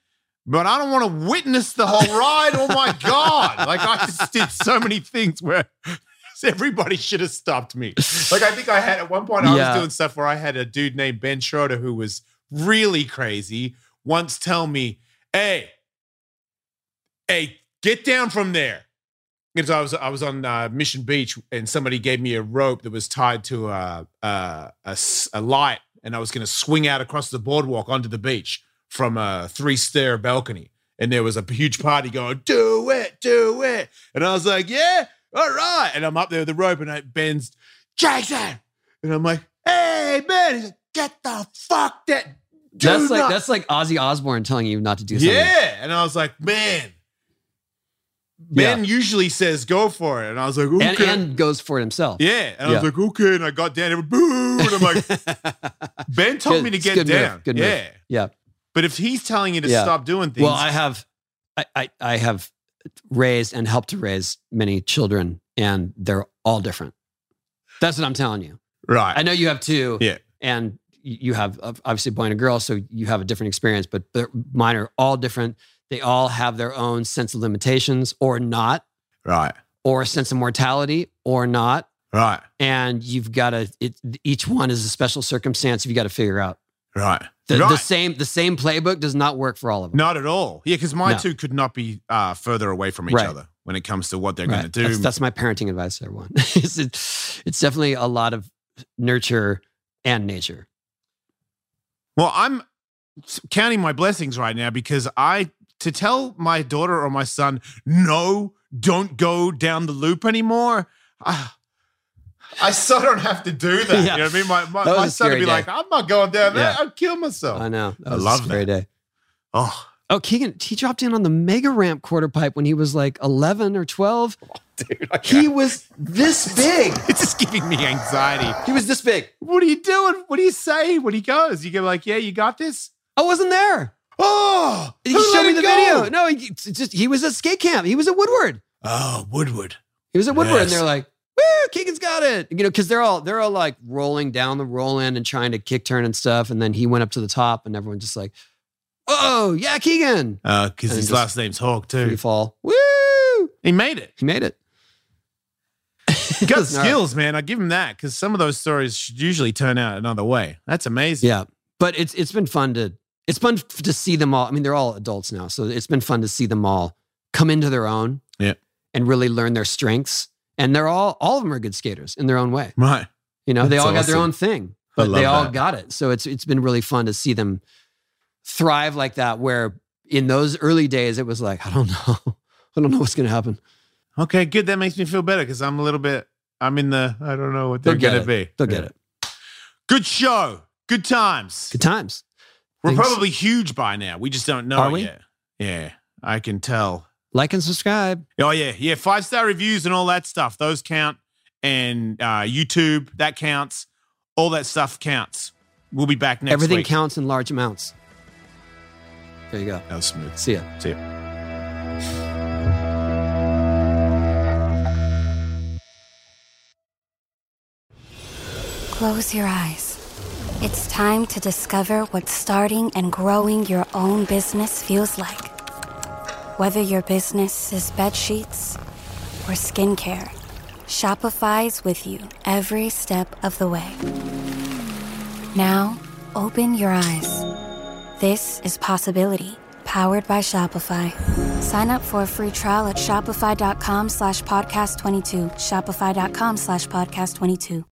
Speaker 4: but I don't want to witness the whole ride. Oh my god! Like I just did so many things where [LAUGHS] everybody should have stopped me. Like I think I had at one point I
Speaker 1: Yeah.
Speaker 4: was doing stuff where I had a dude named Ben Schroeder who was really crazy once tell me, "Hey, hey, get down from there." Because I was I was on uh, Mission Beach and somebody gave me a rope that was tied to a a, a s- a light, and I was going to swing out across the boardwalk onto the beach from a three stair balcony. And there was a huge party going, "Do it, do it!" And I was like, "Yeah, all right." And I'm up there with the rope, and I, Ben's Jackson, and I'm like, "Hey, Ben!" He's like, "Get the fuck that." do
Speaker 1: that's like
Speaker 4: not-
Speaker 1: that's like Ozzy Osbourne telling you not to do something.
Speaker 4: yeah. And I was like, man, Ben usually says go for it. And I was like, okay.
Speaker 1: and, and goes for it himself.
Speaker 4: yeah. And I
Speaker 1: Yeah.
Speaker 4: was like, okay. And I got down and boo. And
Speaker 1: [LAUGHS]
Speaker 4: I'm like, Ben told
Speaker 1: Good-
Speaker 4: me to
Speaker 1: it's
Speaker 4: get
Speaker 1: good move,
Speaker 4: down.
Speaker 1: good move.
Speaker 4: yeah.
Speaker 1: Yeah.
Speaker 4: But if he's telling you to
Speaker 1: Yeah.
Speaker 4: stop doing things,
Speaker 1: Well, I have, I, I, I have raised and helped to raise many children, and they're all different. That's what I'm telling you.
Speaker 4: right.
Speaker 1: I know you have two.
Speaker 4: Yeah.
Speaker 1: And you you have ob- obviously a boy and a girl, so you have a different experience, but they're- mine are all different. They all have their own sense of limitations or not,
Speaker 4: right.
Speaker 1: or a sense of mortality or not.
Speaker 4: Right.
Speaker 1: And you've got to, it, each one is a special circumstance you've got to figure out.
Speaker 4: Right.
Speaker 1: The,
Speaker 4: right.
Speaker 1: the same the same playbook does not work for all of them.
Speaker 4: Not at all. Yeah. Because my
Speaker 1: No.
Speaker 4: two could not be uh, further away from each
Speaker 1: Right.
Speaker 4: other when it comes to what they're
Speaker 1: Right.
Speaker 4: going to do.
Speaker 1: That's, that's my parenting advice to everyone. [LAUGHS] it's, it's definitely a lot of nurture and nature.
Speaker 4: Well, I'm s- counting my blessings right now because I to tell my daughter or my son, no, don't go down the loop anymore. I, I so don't have to do that.
Speaker 1: Yeah.
Speaker 4: You know what I mean? My, my,
Speaker 1: That was
Speaker 4: my
Speaker 1: a
Speaker 4: son would
Speaker 1: scary
Speaker 4: be
Speaker 1: day.
Speaker 4: like, I'm not going down there.
Speaker 1: Yeah.
Speaker 4: I'd kill myself.
Speaker 1: I know. That
Speaker 4: Oh, I
Speaker 1: was
Speaker 4: love
Speaker 1: a great day.
Speaker 4: oh, [LAUGHS]
Speaker 1: Oh, Keegan, he dropped in on the mega ramp quarter pipe when he was like 11 or 12.
Speaker 4: [LAUGHS] dude, I
Speaker 1: He was
Speaker 4: [LAUGHS]
Speaker 1: this big.
Speaker 4: it's just giving me anxiety.
Speaker 1: He was this big.
Speaker 4: What are you doing? What do you say when he goes? You go like, yeah, you got this.
Speaker 1: I wasn't there.
Speaker 4: Oh,
Speaker 1: He
Speaker 4: who
Speaker 1: showed
Speaker 4: let
Speaker 1: me
Speaker 4: him
Speaker 1: the
Speaker 4: go?
Speaker 1: video. No, he, it's just he was at skate camp. He was at Woodward.
Speaker 4: Oh, Woodward.
Speaker 1: He was at Woodward,
Speaker 4: Yes.
Speaker 1: and they're like, woo, Keegan's got it. You know, because they're all they're all like rolling down the roll in and trying to kick turn and stuff. And then he went up to the top and everyone just like, oh yeah, Keegan.
Speaker 4: Uh, because
Speaker 1: And
Speaker 4: his
Speaker 1: just-
Speaker 4: last name's Hawk
Speaker 1: Free
Speaker 4: too.
Speaker 1: fall. Woo!
Speaker 4: He made it.
Speaker 1: He made it. [LAUGHS]
Speaker 4: Got
Speaker 1: It's not-
Speaker 4: skills, man. I give him that because some of those stories should usually turn out another way. That's amazing.
Speaker 1: Yeah. But it's it's been fun to it's fun f- to see them all. I mean, they're all adults now, so it's been fun to see them all come into their own.
Speaker 4: Yeah.
Speaker 1: And really learn their strengths. And they're all all of them are good skaters in their own way.
Speaker 4: [LAUGHS] Right.
Speaker 1: You know, they
Speaker 4: That's
Speaker 1: all got their
Speaker 4: awesome.
Speaker 1: own thing,
Speaker 4: I
Speaker 1: but they
Speaker 4: love
Speaker 1: all
Speaker 4: that.
Speaker 1: got it. So it's it's been really fun to see them thrive like that. Where in those early days, it was like, I don't know, [LAUGHS] I don't know what's gonna happen.
Speaker 4: Okay, good. That makes me feel better because I'm a little bit. I'm in the. I don't know what they're
Speaker 1: They'll get
Speaker 4: gonna
Speaker 1: it.
Speaker 4: be.
Speaker 1: They'll get it.
Speaker 4: Good show. Good times.
Speaker 1: Good times.
Speaker 4: We're
Speaker 1: Thanks.
Speaker 4: probably huge by now. We just don't know
Speaker 1: Are
Speaker 4: it
Speaker 1: we?
Speaker 4: yet. Yeah, I can tell.
Speaker 1: Like and subscribe.
Speaker 4: Oh yeah, yeah. Five star reviews and all that stuff. Those count. And uh, YouTube that counts. All that stuff counts. We'll be back next
Speaker 1: Everything
Speaker 4: week.
Speaker 1: counts in large amounts. There you go.
Speaker 4: That was smooth.
Speaker 1: See ya.
Speaker 4: See ya.
Speaker 6: Close your eyes. It's time to discover what starting and growing your own business feels like. Whether your business is bed sheets or skincare, Shopify's with you every step of the way. Now, open your eyes. This is possibility, powered by Shopify. Sign up for a free trial at shopify.com/podcast22. Shopify.com/podcast22.